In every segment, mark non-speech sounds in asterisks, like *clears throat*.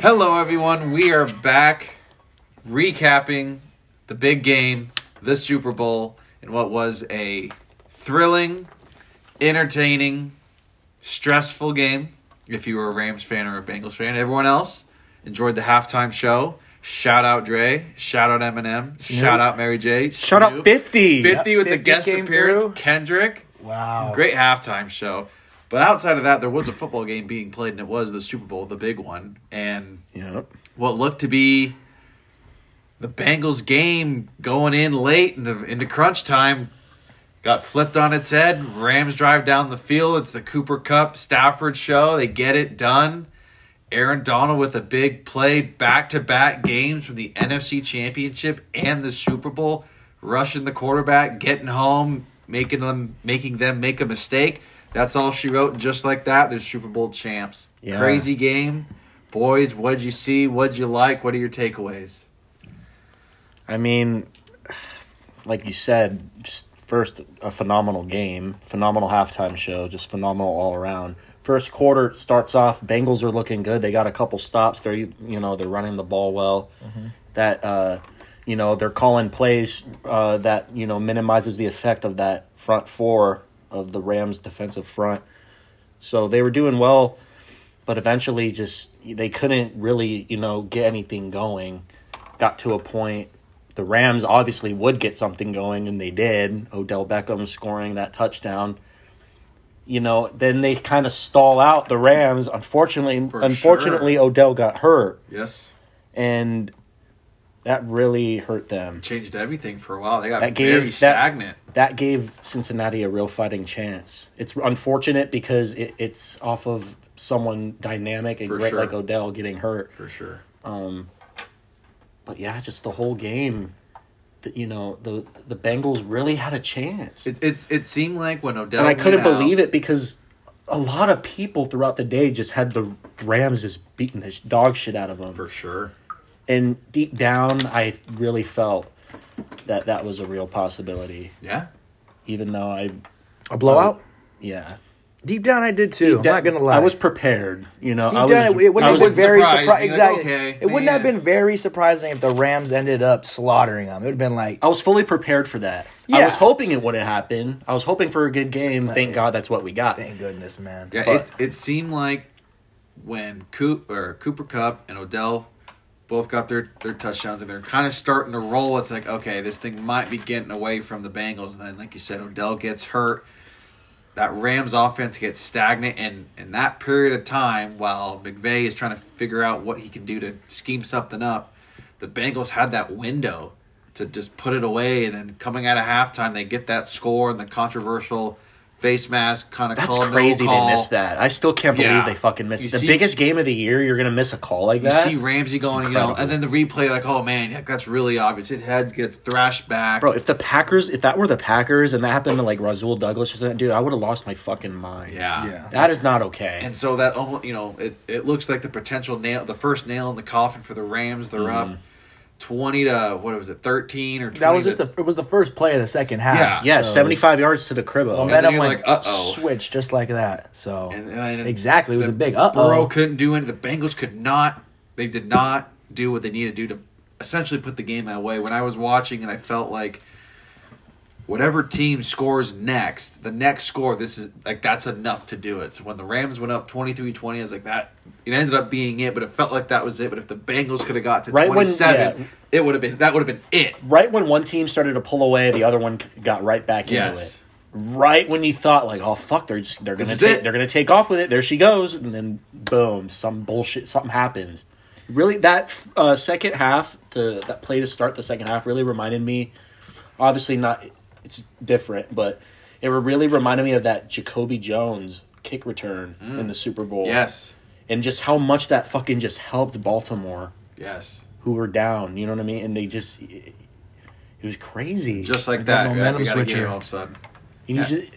Hello, everyone. We are back recapping the big game, the Super Bowl, and what was a thrilling, entertaining, stressful game. If you were a Rams fan or a Bengals fan, everyone else enjoyed the halftime show. Shout out Dre. Shout out Eminem. Shout out Mary J. Shut up, Snoop. 50. 50 with the 50 guest came appearance, through. Oh. Kendrick. Wow. Great halftime show. But outside of that, there was a football game being played, and it was the Super Bowl, the big one. And Yep. what looked to be the Bengals game going in late in the, into crunch time got flipped on its head. Rams drive down the field. It's the Cooper Cup Stafford show. They get it done. Aaron Donald with a big play, back to back games from the NFC Championship and the Super Bowl, rushing the quarterback, getting home, making them making them make a mistake. That's all she wrote. And Just like that, they're Super Bowl champs. Yeah. Crazy game, boys. What'd you see? What'd you like? What are your takeaways? I mean, like you said, just first a phenomenal game, phenomenal halftime show, just phenomenal all around. First quarter starts off. Bengals are looking good. They got a couple stops. They're you know they're running the ball well. That uh, you know they're calling plays uh, that you know minimizes the effect of that front four of the Rams defensive front. So they were doing well, but eventually just they couldn't really you know get anything going. Got to a point the Rams obviously would get something going, and they did. Odell Beckham scoring that touchdown. You know, then they kind of stall out the Rams. Unfortunately, For unfortunately, sure. Odell got hurt, Yes, and that really hurt them. changed everything for a while. They got That gave very that- stagnant. That gave Cincinnati a real fighting chance. It's unfortunate because it, it's off of someone dynamic and For great sure. like Odell getting hurt. for sure. But yeah, just the whole game. That you know, the the Bengals really had a chance. It, it's it seemed like when Odell and I went couldn't out- believe it because a lot of people throughout the day just had the Rams just beating the sh- dog shit out of them. for sure. And deep down, I really felt that that was a real possibility, Yeah, even though I, A blowout? yeah, Deep down, I did too. I'm not gonna lie. I was prepared. You know, Deep I was. down, it wouldn't I have was been very surprised, being surprising. like, exactly. okay, it wouldn't have man. been very surprising if the Rams ended up slaughtering them. It would have been like, Oh. I was fully prepared for that. I Yeah. was hoping it wouldn't happen. I was hoping for a good game. Thank God that's what we got. thank goodness, man. yeah. But- It it seemed like when Coop or Cooper Cup and Odell both got their their touchdowns and they're kind of starting to roll. It's like okay, this thing might be getting away from the Bengals. And then, like you said, Odell gets hurt. That Rams offense gets stagnant, and in that period of time, while McVay is trying to figure out what he can do to scheme something up, the Bengals had that window to just put it away. And then coming out of halftime, they get that score and the controversial face mask kind of That's call. no crazy call. they missed that. I still can't believe Yeah. they fucking missed You it. the see- biggest game of the year. You're gonna miss a call like You that. see Ramsey going, you know, Incredible. and then the replay, like, oh man, heck, that's really obvious. His head gets thrashed back. Bro, if the Packers, if that were the Packers and that happened to like Razul Douglas or something, dude, I would have lost my fucking mind. yeah. Yeah. That is not okay. And so that almost, you know, it it looks like the potential nail, the first nail in the coffin for the Rams. They're up twenty to what was it, thirteen or twenty? Mm-hmm. That was to- just the, it was the first play of the second half. Yeah. yeah, So 75 yards to the cribbo. then Momentum you're went like, uh-oh. switch just like that. So And- and- exactly, it was the a big uh Burrow oh. couldn't do it. The Bengals could not. They did not do what they needed to do to essentially put the game away. When I was watching, and I felt like whatever team scores next, the next score, this is like that's enough to do it. So when the Rams went up 23-20, I was like that. It ended up being it, but it felt like that was it. But if the Bengals could have got to Right when- twenty seven, yeah. it would have been that would have been it. right when one team started to pull away, the other one got right back into Yes. it. Right when you thought like, oh fuck, they're just, they're gonna is take, it. they're gonna take off with it. There she goes, and then boom, some bullshit, something happens. Really, that uh, second half, the that play to start the second half, really reminded me. Obviously, not it's different, but it really reminded me of that Jacoby Jones kick return in the Super Bowl. Yes, and just how much that fucking just helped Baltimore yes, who were down. You know what I mean? And they just, it, it was crazy. just like got that. Yeah, momentum we got a switch game here. all of a sudden. You yeah. just- *sighs*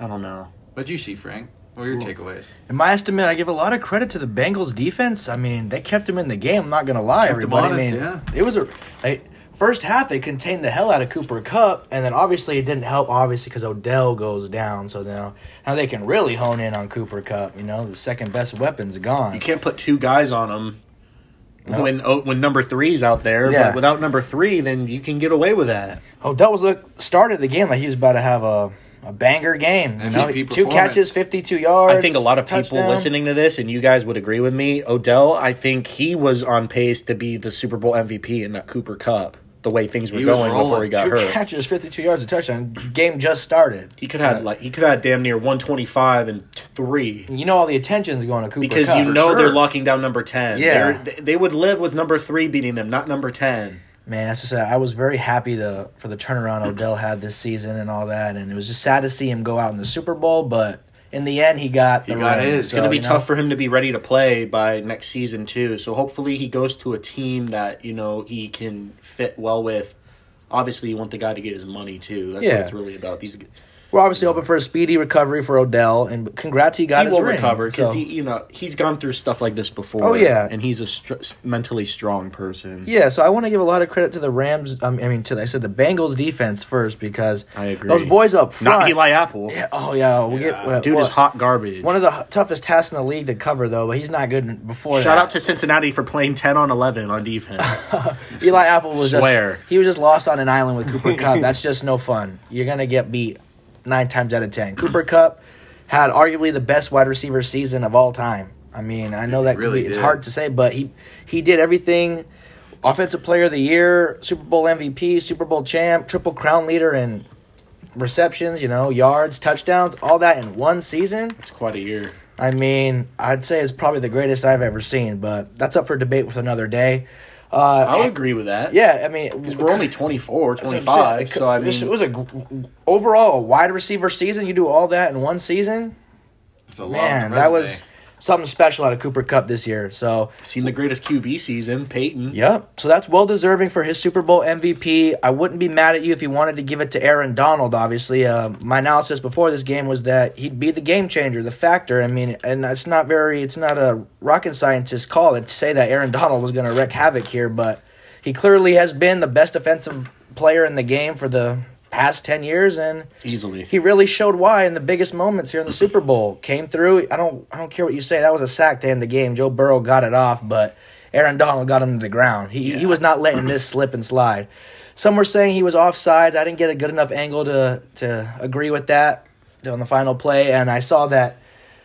I don't know. What'd you see, Frank? What were your takeaways? In my estimate, I give a lot of credit to the Bengals defense. I mean, they kept them in the game. I'm not gonna lie, Kept 'em everybody. I honest, mean, yeah. it was a. I, first half they contained the hell out of Cooper Cup, and then obviously it didn't help, obviously because Odell goes down. So now now they can really hone in on Cooper Cup. You know, the second best weapon's You gone. can't put two guys on him No. when oh, when number three's out there. Yeah. But without number three, then you can get away with that. Odell was look started the game like he was about to have a a banger game. You know, MVP two performance. catches, fifty two yards. I think a lot of people touchdown. listening to this, and you guys would agree with me. Odell, I think he was on pace to be the Super Bowl MVP and not Cooper Cup. The way things were He was going before rolling. he got *laughs* Two hurt, catches, fifty two yards, a touchdown. Game just started. he could have like he could have damn near one twenty five and t- three. You know all the attention's going to Cooper because Kupp. you know sure. they're locking down number 10 Yeah. They're- they they would live with number 3 beating them not number 10 Man, that's just uh, I was very happy to for the turnaround Odell had this season and all that, and it was just sad to see him go out in the Super Bowl. But in the end, he got He the got ring, his. it's going to be you know, tough for him to be ready to play by next season too so hopefully he goes to a team that you know he can fit well with obviously you want the guy to get his money too that's Yeah. what it's really about these We're obviously hoping for a speedy recovery for Odell, and congrats, he he got his will ring, recover because so- he you know he's gone through stuff like this before Oh, yeah. and he's a str- mentally strong person Yeah, so I want to give a lot of credit to the Rams. Um, I mean, to the, I said the Bengals defense first because I agree. those boys up front. not Eli Apple Yeah, oh yeah, we Yeah. get well, dude well, is hot garbage One of the h- toughest tasks in the league to cover though, but he's not good before. shout that. out to Cincinnati for playing 10 on 11 on defense Eli Apple was Swear. just he was just lost on an island with Cooper *laughs* Cup. That's just no fun. You're gonna get beat nine times out of ten. Cooper Cup had arguably the best wide receiver season of all time. I mean, I know that could really be- it's did. hard to say, but he he did everything. Offensive Player of the Year, Super Bowl MVP, Super Bowl champ, Triple Crown leader, and receptions. You know, yards, touchdowns, all that in one season. it's quite a year I mean, I'd say it's probably the greatest I've ever seen, but that's up for debate with another day. Uh, I would agree with that. yeah, I mean, Because we're only 24, that's what I'm 25, saying. so I This mean, was a gr- overall a wide receiver season. You do all that in one season, It's a lot on man. the That resume. was something special out of Cooper Cup this year. So, seen the greatest QB season, Peyton. yep. So that's well deserving for his Super Bowl MVP. I wouldn't be mad at you if you wanted to give it to Aaron Donald. Obviously, uh, my analysis before this game was that he'd be the game changer, the factor. I mean, and it's not very, it's not a rocket scientist call to say that Aaron *laughs* Donald was going to wreak havoc here, but he clearly has been the best defensive player in the game for the past ten years, and Easily. he really showed why in the biggest *clears throat* moments here in the Super Bowl. Came through. I don't I don't care what you say. That was a sack to end the game. Joe Burrow got it off, but Aaron Donald got him to the ground. He he was not *clears throat* letting this slip and slide. Some were saying he was offsides. I didn't get a good enough angle to to agree with that on the final play, and I saw that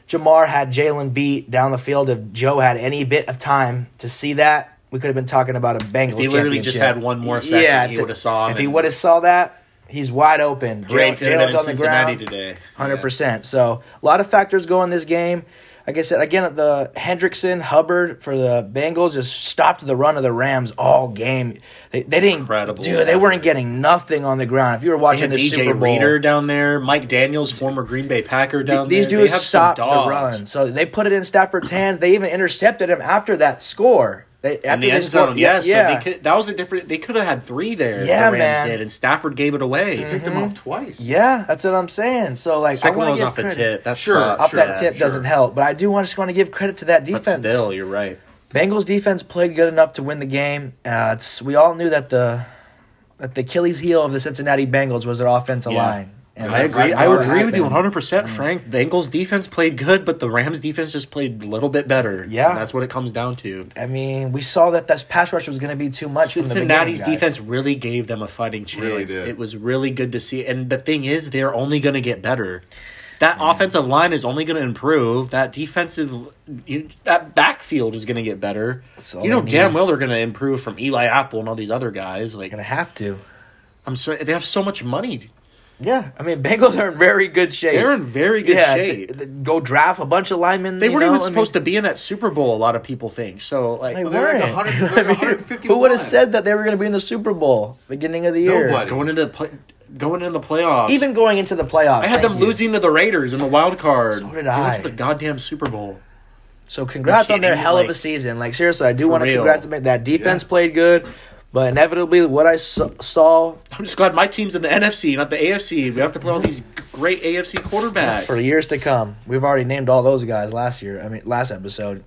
Jamar had Jalen beat down the field. If Joe had any bit of time to see that, we could have been talking about a Bengals. he literally just championship. had one more second, he to- would've saw him If he and- would have saw that, he's wide open. Great Jalen- Jalen's on the Cincinnati ground. today. Hundred percent. So a lot of factors go in this game. Like I said, again, the Hendrickson Hubbard for the Bengals just stopped the run of the Rams all game. They, they didn't, Incredible dude. They weren't effort. getting nothing on the ground. If you were They had watching the DJ Super Bowl, Reader down there, Mike Daniels, former Green Bay Packer down these there. They dudes have some stopped the dogs. run. So they put it in Stafford's hands. They even intercepted him after that score. They after In the they end scored- zone, yeah, yes. yeah. So they could, that was a different. They could have had three there. Yeah, the Rams man. did, and Stafford gave it away. picked him off twice. Mm. Yeah, that's what I'm saying. So like, Second I one wanna was give off a credit. tip. That Sure, sucks. Off Sure, that tip sure. doesn't help, but I do want just want to give credit to that But defense. still, you're right. Bengals defense played good enough to win the game. Uh, it's, we all knew that the that the Achilles heel of the Cincinnati Bengals was their offensive Yeah. line. And I that's agree- not I what would agree happened. Mm. 100%, Frank. Bengals defense played good, but the Rams defense just played a little bit better. Yeah. And that's what it comes down to. I mean, we saw that this pass rush was going to be too much. from the beginning, Cincinnati's guys. defense really gave them a fighting chance. Really did. It was really good to see. And the thing is, they're only going to get better. That Mm. offensive line is only going to improve. That defensive, you, that backfield is going to get better. That's all You know they damn need. well they're going to improve from Eli Apple and all these other guys. Like going to have to. I'm so they have so much money. Yeah, I mean, Bengals are in very good shape. They're in very good yeah, shape. to- to go draft a bunch of linemen. They you weren't know? even supposed to be in that Super Bowl. A lot of people think so. Like I Well, mean, they're like weren't. 100 they're like *laughs* I mean, 151. Who would have said that they were going to be in the Super Bowl beginning of the year? Nobody. going into the play, going into the playoffs. Even going into the playoffs, I had them thank you. losing to the Raiders in the wild card. So did They went I. to the goddamn Super Bowl. So congrats on their kidding, hell of a like, season. Like seriously, I do want to real. congratulate that defense played good, but inevitably what I s- saw I'm just glad my team's in the NFC, not the AFC. We have to play all these g- great AFC quarterbacks. for years to come. We've already named all those guys last year. I mean, last episode.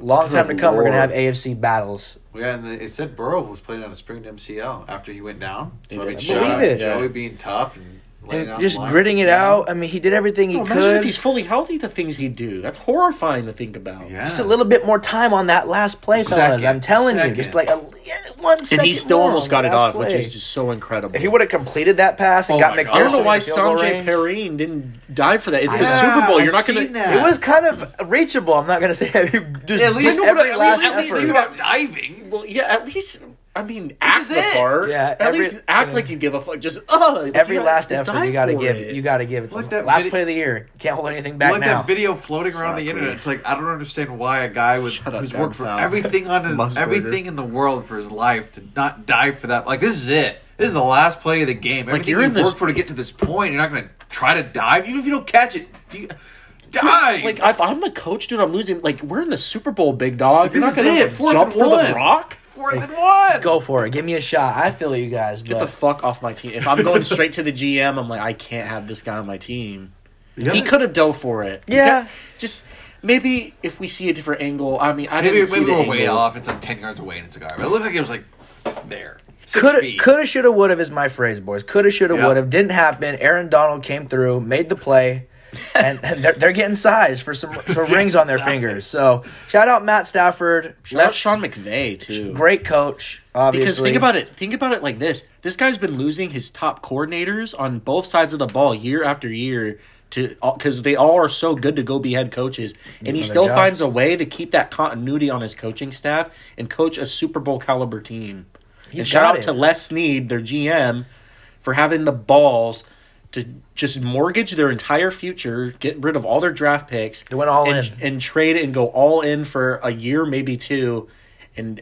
long time to Good come, we're gonna have lord. AFC battles. Yeah, and it said Burrow was playing on a sprained MCL after he went down. So I He mean, did. I shout out believe to it. Joey being tough and laying And out just the line. gritting it out. I mean, he did everything he Oh, imagine if could. he's fully healthy. The things he'd do. That's horrifying to think about. Yeah. Just a little bit more time on that last play, fellas. Second. I'm telling you, Second. just like a, yeah, one And second he still more almost on got the it last off, which play. is just so incredible. If he would have completed that pass and Oh got my McPherson, God. I don't know why in field goal Sanjay range, Perrine didn't dive for that. It's Yeah, the Super Bowl. I You're not going seen to. that. It was kind of reachable. I'm not gonna *laughs* say that. You just Yeah, at least missed every I mean, last at least effort. think about diving. Well, yeah, at least I mean, act is the it. part. Yeah, at every- least act like you give a fuck. Just uh, like Every you gotta last effort die you gotta for give, it. you gotta give it. Look Like at that last video- play of the year, can't hold anything back Like now. that video floating around the Exactly. internet. It's like I don't understand why a guy with Shut up, who's Dan worked for Fouts. everything on his, Musburger. everything in the world for his life to not dive for that. Like this is it. This is the last play of the game. Everything you're you in this- worked for to get to this point, you're not going to try to dive. Even if you don't catch it, do you, dive. Like if I'm the coach, dude, I'm losing. Like we're in the Super Bowl, big dog. You're This is not going it. Fourth to jump and for one. the rock. Fourth and one. Go for it. Give me a shot. I feel you guys. Get the But fuck off my team. If I'm going straight to the GM, I'm like, I can't have this guy on my team. The He other- could have dove for it. He Yeah. ca- Just maybe if we see a different angle. I mean, I Maybe, didn't see maybe the we're way angle. off. It's like ten yards away, and it's a guy. But it looked like it was like there. Six coulda, feet. coulda, shoulda, woulda is my phrase, boys. Coulda, shoulda, Yeah. woulda didn't happen. Aaron Donald came through, made the play, *laughs* and, and they're, they're getting sized for some for rings on their sized. fingers. So shout out Matt Stafford. Shout out Left- Sean McVay too. great coach. Obviously, Because think about it, think about it like this: this guy's been losing his top coordinators on both sides of the ball year after year to because they all are so good to go be head coaches, and he them still their finds a way to keep that continuity on his coaching staff and coach a Super Bowl caliber team. and shout got out it. to Les Snead, their GM, for having the balls to just mortgage their entire future, get rid of all their draft picks, They went all and, in. and trade and go all in for a year, maybe two, and.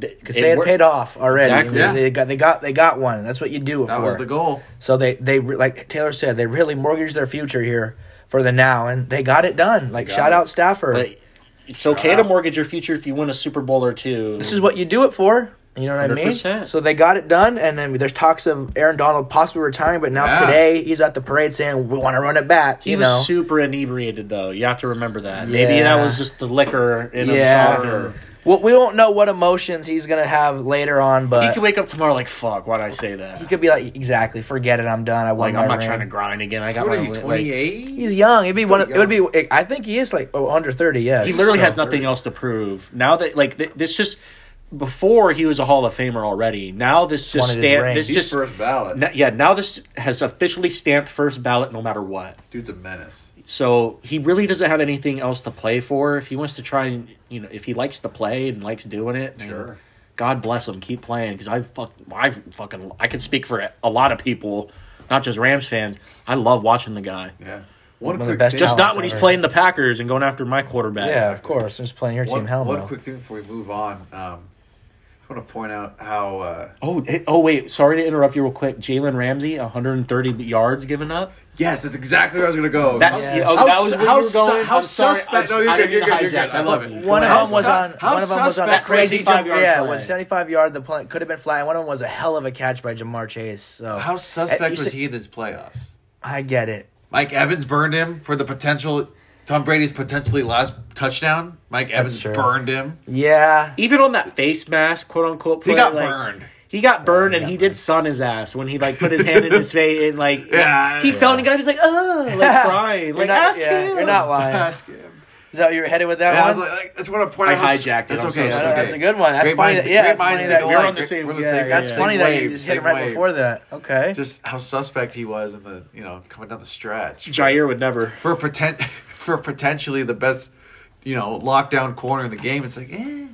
th- Could say it, wor- paid off already. Exactly. Yeah. They got they got they got one. That's what you do it That for. was the goal. So they they re- like Taylor said they really mortgaged their future here for the now, and they got it done. Like it. shout out Stafford. But it's okay to mortgage your future if you win a Super Bowl or two. this is what you do it for. You know what I 100%. mean? So they got it done, and then there's talks of Aaron Donald possibly retiring, but now Yeah. today he's at the parade saying we want to run it back. he you was know? super inebriated though. You have to remember that. Maybe Yeah. that was just the liquor in yeah. a soccer. Well, we don't know what emotions he's gonna have later on, but He could wake up tomorrow like fuck. Why did I say that? be like, exactly, forget it, I'm done. I won Like my I'm not ring." trying to grind again. I got What my is he? like- Twenty eight. He's young. It'd be Still one. Of, it would be. I think he is like oh, under thirty. Yes. he literally So- has nothing else to prove now that like th- this just before he was a Hall of Famer already. Now this one just of his stamp. rings. This He's just first ballot. n- yeah. Now this has officially stamped first ballot no matter what. Dude's a menace. So he really doesn't have anything else to play for. If he wants to try and you know, if he likes to play and likes doing it, then Sure. God bless him. Keep playing because I fuck, I fucking, I can speak for a lot of people, not just Rams fans. I love watching the guy. Yeah. One, of the quick best thing, Just Talent not when he's ever. playing the Packers and going after my quarterback. Yeah, of course. Just playing your one, team. Hell one no. quick thing before we move on. Um, I want to point out how uh, Oh, hey, oh wait, sorry to interrupt you real quick. Jalen Ramsey, 130 yards given up. yes, that's exactly where I was gonna go. That's how, yeah, oh, how, that was where how, you were going. su- how I'm sorry. suspect. I- no, you're I good. didn't You're mean to good. You're hijack. good. I I love love it. you. One of How them was su- on. how One of them was on a suspect was crazy he jump. 75-yard Yeah, it play? was seventy-five yard. The play could have been flying. One of them was a hell of a catch by Jamar Chase. So How Uh, suspect you was said- he in this playoffs? I get it. Mike Evans burned him for the potential. Tom Brady's potentially last touchdown. Mike Evans true. burned him. Yeah. even on that face mask, quote unquote, He play, got like, burned. He got burned, and he did sun his ass when he like put his hand in *laughs* his face and like Yeah, he yeah. felt and he was like oh *laughs* *laughs* like crying You're like not, ask yeah, him You're not *laughs* lying. Ask him. Is that where you were headed with that Yeah, I was one? like, like, that's what I point I out. how s- hijacked it. That's I'm okay. so that's sorry. okay. That's a good one. That's great funds- minds, yeah, great that's minds funny think that- alike. We're on the same- We're the yeah, same. that's same funny that you wave, just hit it same right wave. before that. Okay. Just how suspect he was in the you know coming down the stretch. Jair would never. for potent *laughs* for potentially the best, you know, lockdown corner in the game. It's like, eh,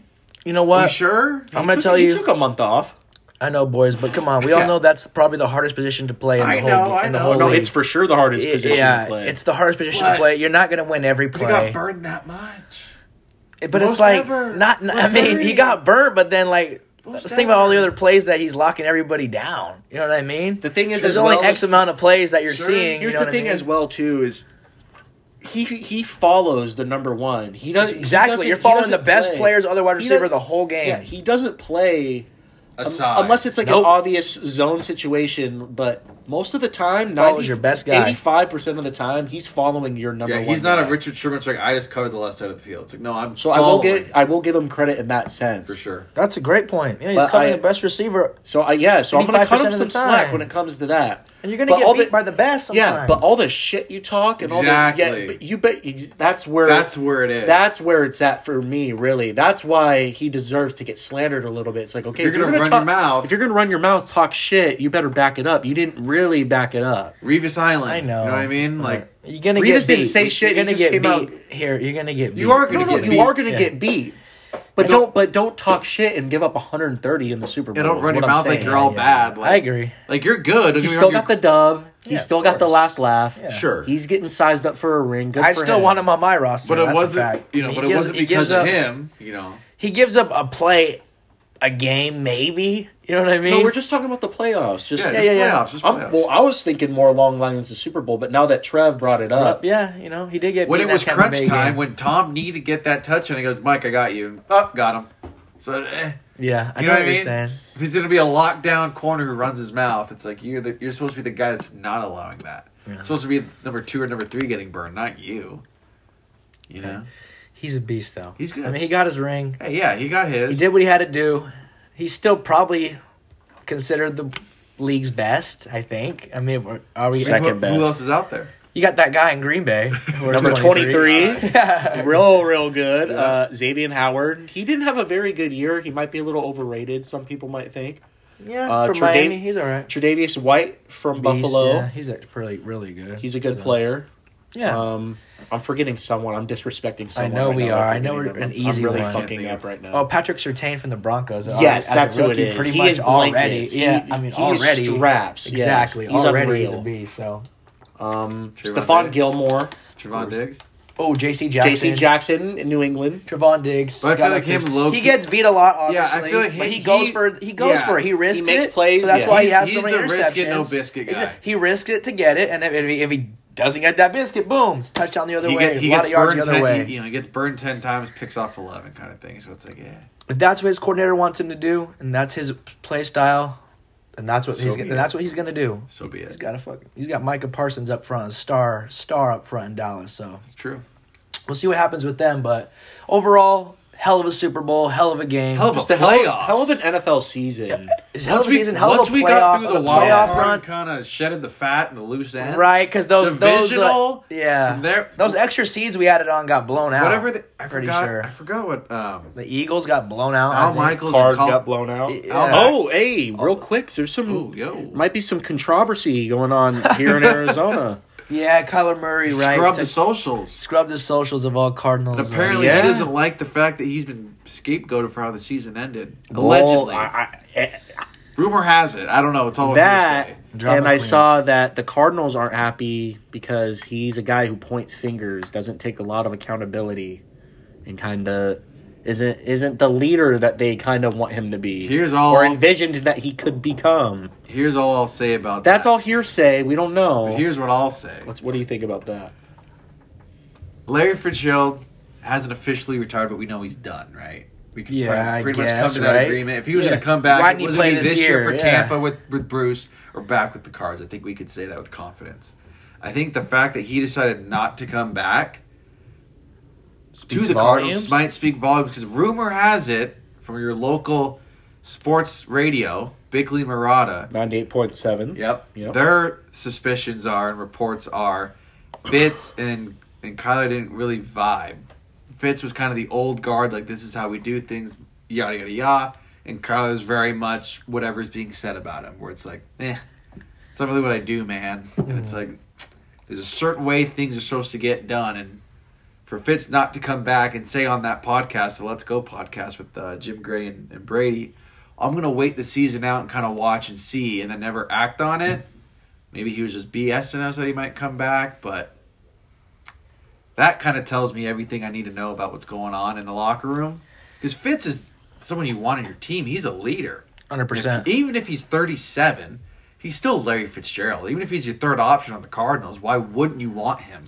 you know are you what? sure? I'm He gonna took- tell he you. took a month off. I know, boys, but come on. We all Yeah. know that's probably the hardest position to play in the I whole. know, I in the know. whole No, league. it's for sure the hardest position yeah, to play. it's the hardest position But- to play. You're not going to win every He got play. burned that much. But it's most like ever. not. Like I mean, he thirty. got burnt, but then like Most let's think about all the ever. other plays that he's locking everybody down. You know what I mean? The thing is, there's as only well X as- amount of plays that you're Sure. seeing. Here's you know the what thing I mean? as well too is he he follows the number one. He does Exactly, he doesn't- you're he following the doesn't best play. players, other wide He receiver, doesn't- the whole game. Yeah, he doesn't play Aside. Um, unless it's like Nope. an obvious zone situation. But Most of the time, Follows 90, your best guy. 85% of the time, he's following your number Yeah, one. he's not guy. a Richard Sherman. It's like I just covered the left side of the field. It's like no, I'm So I will following, get I will give him credit in that sense. for sure. That's a great point. Yeah, you're But covering I- the best receiver, So I yeah, so I'm gonna cut 85% him of the some slack time. when it comes to that. and you're going But to get all beat the- by the best. Yeah, but sometimes. all the shit you talk and all the yeah, Exactly. but you bet ex- that's where That's where it is. that's where it's at for me, really. That's why he deserves to get slandered a little bit. It's like, okay, you're if gonna talk, run your mouth- if you're gonna run your mouth, talk shit, you better back it up. You didn't really back it up. Revis Island. I know. You know what I mean? But Like you're gonna Revis get didn't beat. say shit, he You're gonna just get came beat out- here. You're gonna get beat. You are No, gonna no, get you beat. are gonna Yeah. get beat. But don't- don't, but don't talk shit and give up 130 in the Super Bowl. Yeah, don't is run what your I'm mouth like saying. you're all bad. Like, I agree. Like you're good. He's still got the dub. Yeah, He's still of got the course. last laugh. Yeah. Sure. He's getting sized up for a ring. Good I for still him. want him on my roster. but it That's a wasn't. fact. You know, He but it gives- wasn't he gives because of up- him. You know. He gives up a play, a game maybe. You know what I mean? No, we're just talking about the playoffs. Just Yeah, yeah, just yeah, yeah. playoffs, just I'm- playoffs. well, I was thinking more along lines of Super Bowl, but now that Trev brought it But, up, yeah, you know, he did get When it beat in that was Tampa crunch Bay time, game. when Tom needed to get that touch, and he goes, "Mike, I got you." Up, got him. So eh. yeah, I you know, know what what I you're mean? saying. if he's gonna be a lockdown corner who runs his mouth, it's like you're the, you're supposed to be the guy that's not allowing that. It's supposed to be number two or number three getting burned, not you. You know. He's a beast, though. He's good. I mean, he got his ring. Hey, yeah, he got his. He did what he had to do. He's still probably considered the league's best. I think. I mean, we're- are we? Who- Second who, best. else is out there? You got that guy in Green *laughs* Bay, Number 23. *laughs* Yeah. real, real good. Uh, Xavier Howard. He didn't have a very good year. He might be a little overrated. Some people might think. Yeah, Uh, from Tre'Davious- Miami, he's all right. Tre'Davious White from Beast, Buffalo. yeah, he's actually really, really good. He's a good player. yeah. Um, I'm forgetting someone. I'm disrespecting someone. know right we now. are. I'm I know forgetting we're an them. I'm easy really one. fucking up right now. oh, Patrick Sertain from the Broncos. uh, Yes, as a that's who it rookie, is. Pretty He much is already. blankets. Yeah, He- I mean he is already. straps, yes. Exactly. He's already he's a unreal. beast. So. Um, Trayvon Stephon Diggs. Gilmore, Trevon Diggs. Oh, J.C. Jackson. J.C. Jackson in New England. Trevon Diggs. But I feel Got like up him his- low He key- gets beat a lot, Yeah, I obviously. feel like but he- he goes he- for he goes yeah. for it. He risks makes it. plays, So that's yeah. why he He's- has so he's many the interceptions. risk it, no biscuit guy. He risks it to get it, and if, if, he, if he doesn't get that biscuit, boom, it's touchdown the other He, way, get, he a lot gets of yards burned the other ten. way. You know, he gets burned ten times, picks off eleven, kind of thing. So it's like, yeah. If that's what his coordinator wants him to do, and that's his play style, and that's what So he's be gonna, it. then that's what he's gonna do. So be He's it. got a fucking. He's got Micah Parsons up front, a star, star up front in Dallas. So It's true. we'll see what happens with them. But overall, hell of a Super Bowl, hell of a game. Hell of a Just a hell, playoff. hell of an NFL season. It's hell Once of a we, season, hell of a once we got through the, playoff wild run. card, kind of shedded the fat and the loose end. Right, because those those Divisional, uh, yeah from there- those extra seeds we added on got blown out. Whatever. The, I Pretty forgot. sure. I Oh forgot what. Um, the Eagles got blown out. I Al think. Michaels Cars and Col- got blown out. Yeah. Oh, hey, real quick, there's some Ooh, yo. might be some controversy going on here *laughs* in Arizona. Yeah, Kyler Murray right Scrub to the socials. scrub the socials of all Cardinals. And uh, apparently, Yeah. he doesn't like the fact that he's been scapegoated for how the season ended. Well, Allegedly, I- I- rumor has it. I don't know. It's all that hearsay. Drama and I queens. saw that the Cardinals aren't happy because he's a guy who points fingers, doesn't take a lot of accountability, and kind of isn't isn't the leader that they kind of want him to be. Here's all. or I'll, envisioned that he could become. here's all I'll say about That's that. all hearsay. We don't know. But here's what I'll say. What's, what do you think about that? Larry Fitzgerald hasn't officially retired, but we know he's done, right? We can Yeah, pretty- I pretty much guess, come to that right? agreement. If he was Yeah. going to come back, Why it didn't he was play going to be this this year, year? for Yeah. Tampa with, with Bruce or back with the Cards. I think we could say that with confidence. I think the fact that he decided not to come back to Speaks the volumes? Cardinals might speak volumes because rumor has it from your local sports radio, Bickley Murata, Ninety-eight point seven. Yep. Mm-hmm. Yep. Their suspicions are and reports are Fitz and and Kyler didn't really vibe. Fitz was kind of the old guard, like this is how we do things, yada yada yada. And Kyler's very much whatever's being said about him, where it's like, eh, it's not really what I do, man. And it's like there's a certain way things are supposed to get done, and for Fitz not to come back and say on that podcast, the Let's Go podcast with uh, Jim Gray and, and Brady, I'm gonna wait the season out and kind of watch and see, and then never act on it. Maybe he was just BSing us that he might come back, but that kind of tells me everything I need to know about what's going on in the locker room. Because Fitz is someone you want on your team. He's a leader. hundred And if- percent. even if he's 37, he's still Larry Fitzgerald. Even if he's your third option on the Cardinals, why wouldn't you want him?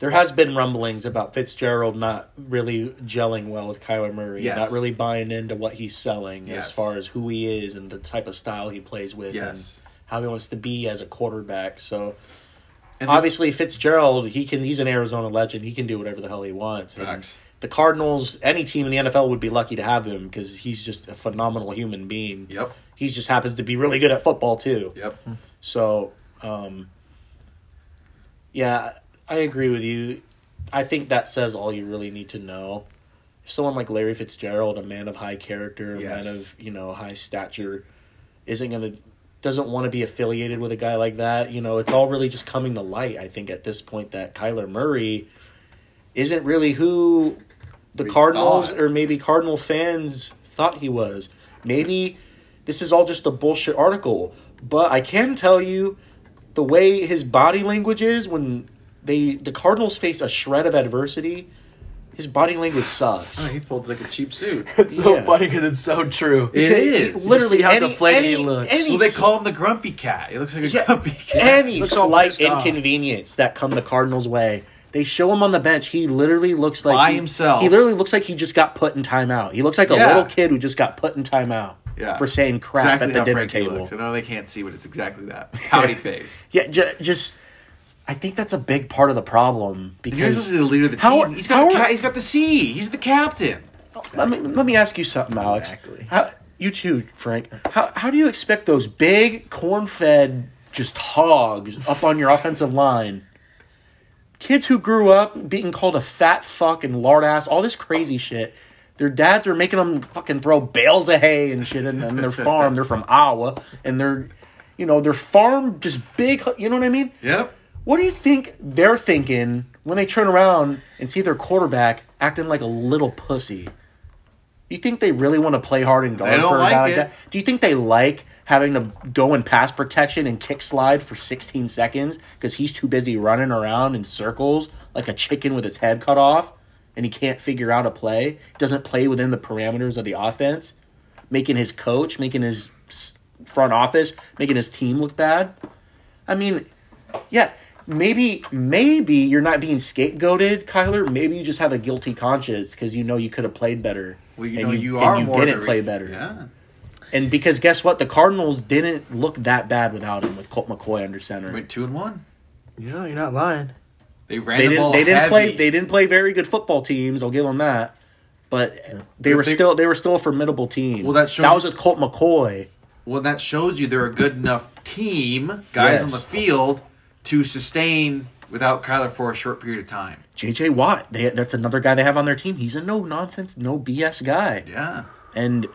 There has been rumblings about Fitzgerald not really gelling well with Kyler Murray, Yes. not really buying into what he's selling Yes. as far as who he is and the type of style he plays with Yes. and how he wants to be as a quarterback. So And the- obviously Fitzgerald, he can he's an Arizona legend. He can do whatever the hell he wants. And Facts. The Cardinals, any team in the NFL would be lucky to have him because he's just a phenomenal human being. Yep. He just happens to be really good at football too. Yep. So, um, yeah, I agree with you. I think that says all you really need to know. If someone like Larry Fitzgerald, a man of high character, a Yes. man of you know high stature, isn't gonna doesn't want to be affiliated with a guy like that, you know, it's all really just coming to light. I think at this point that Kyler Murray isn't really who the We Cardinals thought. or maybe Cardinal fans thought he was. Maybe this is all just a bullshit article. But I can tell you the way his body language is when they the Cardinals face a shred of adversity, his body language sucks. Oh, he folds like a cheap suit. It's so Yeah. funny because it's so true. It is. Literally, You see how any, deflated any, he looks. any well, they call him the grumpy cat. He looks like a Yeah. grumpy cat. any Looks all slight pissed off. inconvenience that come the Cardinals' way. They show him on the bench. He literally looks like By he, himself. He literally looks like he just got put in timeout. He looks like a Yeah. little kid who just got put in timeout Yeah. for saying crap Exactly at the how dinner Frankie table. looks. I know they can't see, but it's exactly *laughs* that pouty face. Yeah, ju- just I think that's a big part of the problem And you're supposed because to be the leader of the How- team. He's got how the are- ca- he's got the C. He's the captain. let me let me ask you something, Alex. Exactly. How, you too, Frank. How how do you expect those big corn-fed just hogs up on your offensive line? Kids who grew up being called a fat fuck and lard ass, all this crazy shit. Their dads are making them fucking throw bales of hay and shit in, in their farm. They're from Iowa, and they're, you know, their farm just big. You know what I mean? Yep. What do you think they're thinking when they turn around and see their quarterback acting like a little pussy? You think they really want to play hard and guard don't for a like guy like it. that? Do you think they like having to go in pass protection and kick slide for 16 seconds because he's too busy running around in circles like a chicken with his head cut off and he can't figure out a play? Doesn't play within the parameters of the offense, making his coach, making his s- front office, making his team look bad? I mean, yeah, maybe maybe you're not being scapegoated, Kyler. Maybe you just have a guilty conscience because you know you could have played better. Well, you and know you, are and you more the didn't re- play better. Yeah. And because guess what, the Cardinals didn't look that bad without him with Colt McCoy under center. Went two and one. Yeah, you're not lying. They ran they the ball. didn't they didn't heavy. play they didn't play very good football teams. I'll give them that. But they But were they- still they were still a formidable team. Well, that shows- was with Colt McCoy. Well, that shows you they're a good enough team, guys Yes. on the field, to sustain without Kyler for a short period of time. J.J. Watt, they, that's another guy they have on their team. He's a no nonsense, no BS guy. Yeah. and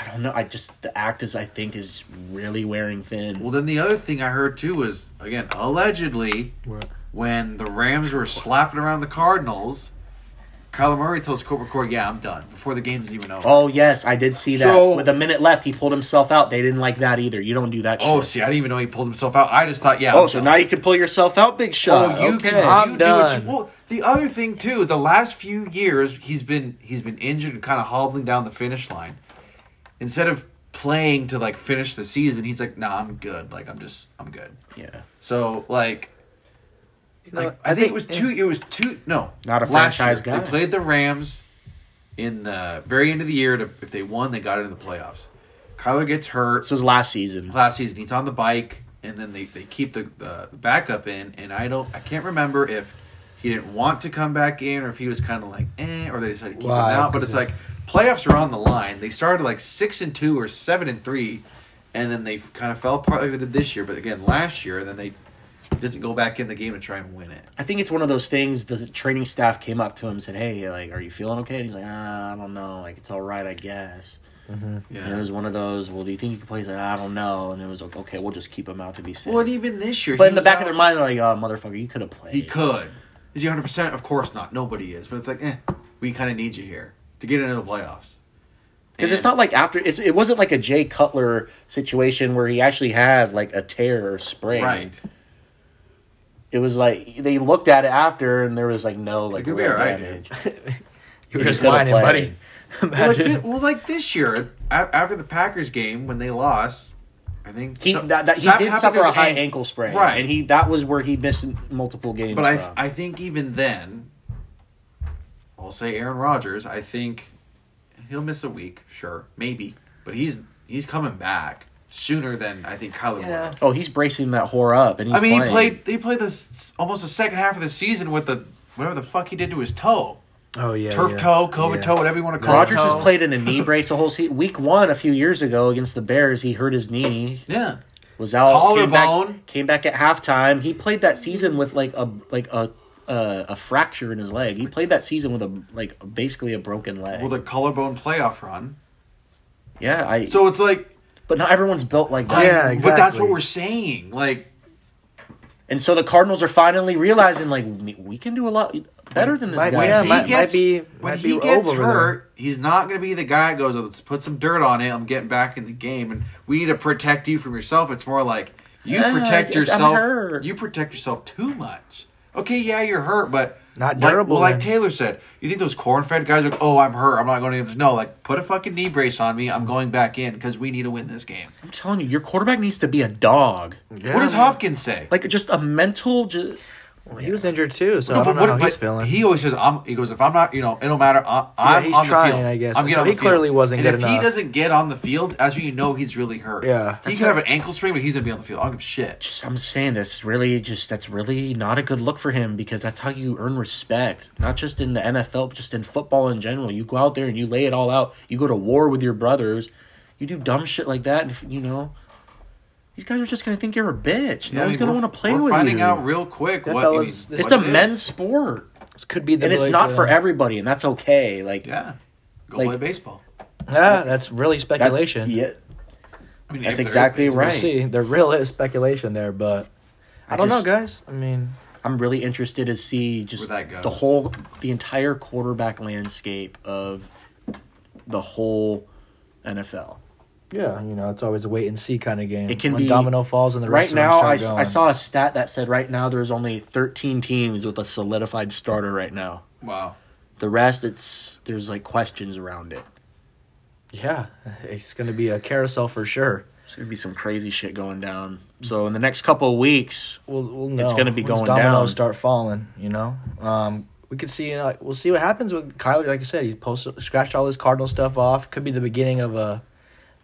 I don't know. I just the act is I think is really wearing thin. Well, then the other thing I heard too was again allegedly when the Rams were slapping around the Cardinals, Kyler Murray tells Colt McCoy, "Yeah, I'm done." Before the game's even over. oh yes, I did see that. So- With a minute left, he pulled himself out. They didn't like that either. You don't do that. Oh, shit. see, I didn't even know he pulled himself out. I just thought, yeah. oh, I'm so done. now you can pull yourself out, big shot. Oh, you okay. can I'm you do what done. you well. The other thing too, the last few years he's been he's been injured and kind of hobbling down the finish line. Instead of playing to like finish the season, he's like, "Nah, I'm good. Like I'm just I'm good." yeah, So like, know, like I, I think, think- it was two. It was two. No, Not a last franchise year, guy. They played the Rams in the very end of the year. To, if they won, they got into the playoffs. Kyler gets hurt this was last season. last season. He's on the bike, and then they, they keep the, the backup in. And I don't, I can't remember if he didn't want to come back in, or if he was kind of like, eh, or they decided to keep Why? him out. But it's like playoffs are on the line. They started like six and two or seven and three, and then they kind of fell apart like they did this year. But again, last year, and then they he doesn't go back in the game to try and win it. I think it's one of those things. The training staff came up to him and said, "Hey, like, are you feeling okay?" And he's like, ah, "I don't know. Like, it's all right, I guess." And it Yeah. was one of those. Well, do you think you can play? He's like, "I don't know." And it was like, "Okay, we'll just keep him out to be safe." Well, and even this year, But he in the was back out- of their mind, they're like, "Oh, motherfucker, you could have played." he could. Is he 100? percent Of course not. Nobody is. But it's like, eh, we kind of need you here to get into the playoffs. because And- it's not like after it's it wasn't like a Jay Cutler situation where he actually had like a tear or sprain. *laughs* right. It was like they looked at it after and there was like no like could be real all right, damage. You were You just could've whining, played. buddy. Well like, thi- Imagine. well, like this year, a- after the Packers game when they lost, I think He so- that, that, he Sa- did Happy suffer was a high ang- ankle sprain, Right. And he that was where he missed multiple games. But I, from. I think even then, I'll say Aaron Rodgers. I think he'll miss a week, sure, maybe, but he's he's coming back. sooner than I think Kyler would Yeah. have. Oh, he's bracing that whore up, and he's I mean, he playing. played he played this almost the second half of the season with the whatever the fuck he did to his toe, Oh yeah, turf yeah. toe, COVID Yeah. toe, whatever you want to call Rodgers it. has played in a knee brace the whole season. Week one, a few years ago against the Bears, he hurt his knee. Yeah, Was out came back- Collarbone. Came back, at halftime. He played that season with like a like a uh, a fracture in his leg. He played that season with a like basically a broken leg. with a collarbone playoff run. yeah, I. So it's like but not everyone's built like that. I'm- Yeah, But that's exactly. what we're saying. Like And so the Cardinals are finally realizing like we we can do a lot better than this Might- guy. yeah, he might- might gets- be- when might he be gets over with hurt, he's not going to be the guy that goes, oh, "Let's put some dirt on it." I'm getting back in the game, and we need to protect you from yourself. It's more like you Ah, protect I'm yourself. hurt. You protect yourself too much. Okay, yeah, you're hurt, but Not like- durable, well, like then. Taylor said, you think those corn-fed guys are like, "Oh, I'm hurt. I'm not going to." No, like put a fucking knee brace on me. I'm going back in because we need to win this game. I'm telling you, your quarterback needs to be a dog. what does Hopkins say? Like just a mental. Just, Well, he was injured too, so No, I don't know what- how he's feeling. He always says, I'm, he goes, if I'm not, you know, it don't matter. I, I'm he's on trying, the field. I guess. I'm So on he the field." clearly wasn't and good if he enough. doesn't get on the field, as you know, he's really hurt. Yeah. He That's could have an ankle sprain, but he doesn't be on the field. I don't give a shit. just- I'm saying this really just that's really not a good look for him because that's how you earn respect, not just in the NFL, but just in football in general. You go out there and you lay it all out. You go to war with your brothers. You do dumb shit like that, and if, you know these guys are just gonna think you're a bitch. I No one's mean, gonna we're- want to play we're with finding you. out real quick That what fellas- it is- this it's what a it is. men's sport, This could be the and it's like, not uh, for everybody, and that's okay. Like Yeah. Go Like- play baseball. Yeah, that's really that's- speculation. Yeah, I mean, if That's there is exactly baseball. right. We'll see. There really is speculation there, but I, don't just- know, guys. I mean, I'm really interested to see just Where that the goes. whole, the entire quarterback landscape of the whole NFL. yeah, you know, it's always a wait and see kind of game. It can when be- domino falls and the Right rest now, of them I, start s- I going. saw a stat that said right now there's only 13 teams with a solidified starter right now. Wow. The rest, it's there's like questions around it. Yeah, *laughs* it's going to be a carousel for sure. There's gonna be some crazy shit going down. So in the next couple of weeks, We'll, we'll know. It's gonna be once going dominoes down. start falling, you know? Um, we could see, you know, we'll see what happens with Kyler. Like I said, he posted, scratched all his Cardinal stuff off. Could be the beginning of a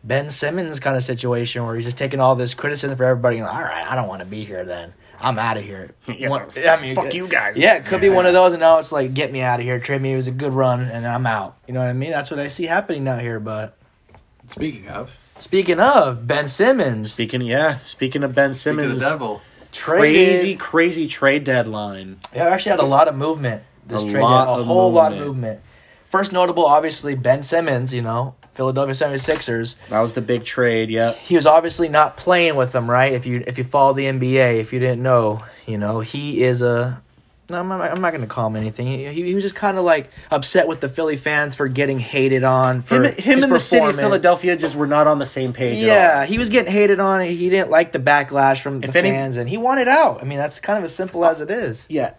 Ben Simmons kind of situation where he's just taking all this criticism for everybody. And, all right, I don't want to be here then. I'm out of here. *laughs* Yeah, One- fuck you guys. Yeah, it could be one of those. And now it's like, get me out of here. Trade me. It was a good run, and I'm out. You know what I mean? That's what I see happening out here. But Speaking of, speaking of Ben Simmons, speaking yeah, speaking of Ben speaking of Simmons, the devil, traded- crazy crazy trade deadline. They actually had a lot of movement this A trade, deadline, lot a of whole lot of movement. movement. First notable, obviously, Ben Simmons, you know, Philadelphia 76ers. That was the big trade. Yep. He was obviously not playing with them, right? If you if you follow the NBA, if you didn't know, you know, he is a no, I'm not, I'm not going to call him anything. He, he, he was just kind of like upset with the Philly fans for getting hated on for him, him his and the city of performance. Philadelphia just were not on the same page. at Yeah, all. he was getting hated on. and He didn't like the backlash from If the any- Uh, fans, and he wanted out. I mean, that's kind of as simple as it is. yeah.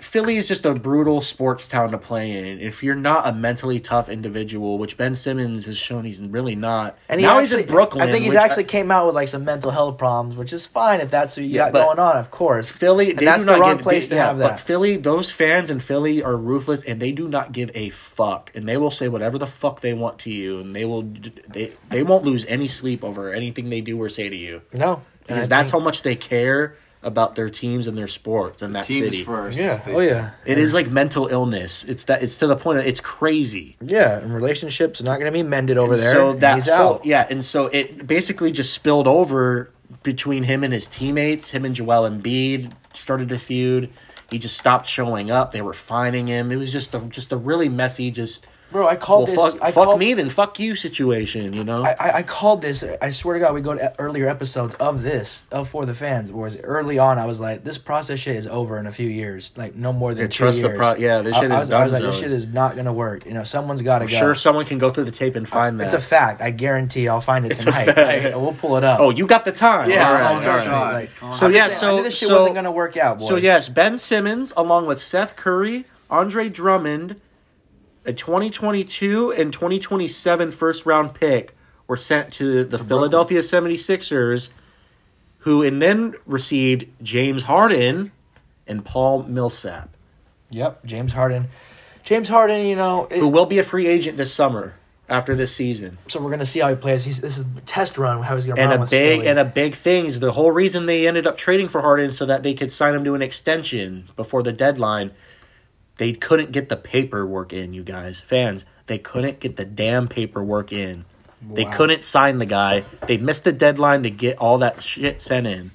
Philly is just a brutal sports town to play in. If you're not a mentally tough individual, which Ben Simmons has shown he's really not, and And he now actually- he's in Brooklyn. I think he's which actually came out with like some mental health problems, which is fine if that's what you Yeah, got but going on. Of course, Philly. And they that's do not the wrong give, place they- to yeah, have But that. Philly, those fans in Philly are ruthless, and they do not give a fuck, and they will say whatever the fuck they want to you, and they will d- they they won't lose any sleep over anything they do or say to you no, And because I that's think- how much they care about their teams and their sports and that teams city. first. Yeah. They- Oh yeah. It is like mental illness. It's that. It's to the point of it's crazy. Yeah, and relationships are not going to be mended over there. So and that he's whole- out. yeah, and so it basically just spilled over between him and his teammates. Him and Joel Embiid started a feud. He just stopped showing up. They were fining him. It was just a just a really messy. Just Bro, I called well, this. fuck, I fuck called, me, then fuck you situation. You know. I, I, I called this. I swear to God, we go to e- earlier episodes of this of for the fans. Whereas early on, I was like, this process shit is over in a few years. Like no more than Yeah, two trust the years. pro- yeah, this I- shit I, is was, I was like, donezo. this shit is not going to work. You know, someone's got to I'm go. sure someone can go through the tape and find it's that. a fact. I guarantee. I'll find it It's a tonight. fact. I- we'll pull it up. oh, you got the time. Yeah, It's All right, calling all your right. shot. Like- It's calling So your yeah, Yeah, so I knew this shit so, wasn't gonna work out, boys. So yes, Ben Simmons, along with Seth Curry, Andre Drummond, a 2022 and 2027 first round pick were sent to the Philadelphia 76ers, who and then received James Harden and Paul Millsap, Yep. James Harden. James Harden, you know, it- who will be a free agent this summer. after this season. So we're gonna see how he plays. He's, this is a test run. How he's gonna And run a with big Philly. and a big thing is the whole reason they ended up trading for Harden is so that they could sign him to an extension before the deadline. They couldn't get the paperwork in, you guys, fans. They couldn't get the damn paperwork in. They couldn't sign the guy. They missed the deadline to get all that shit sent in.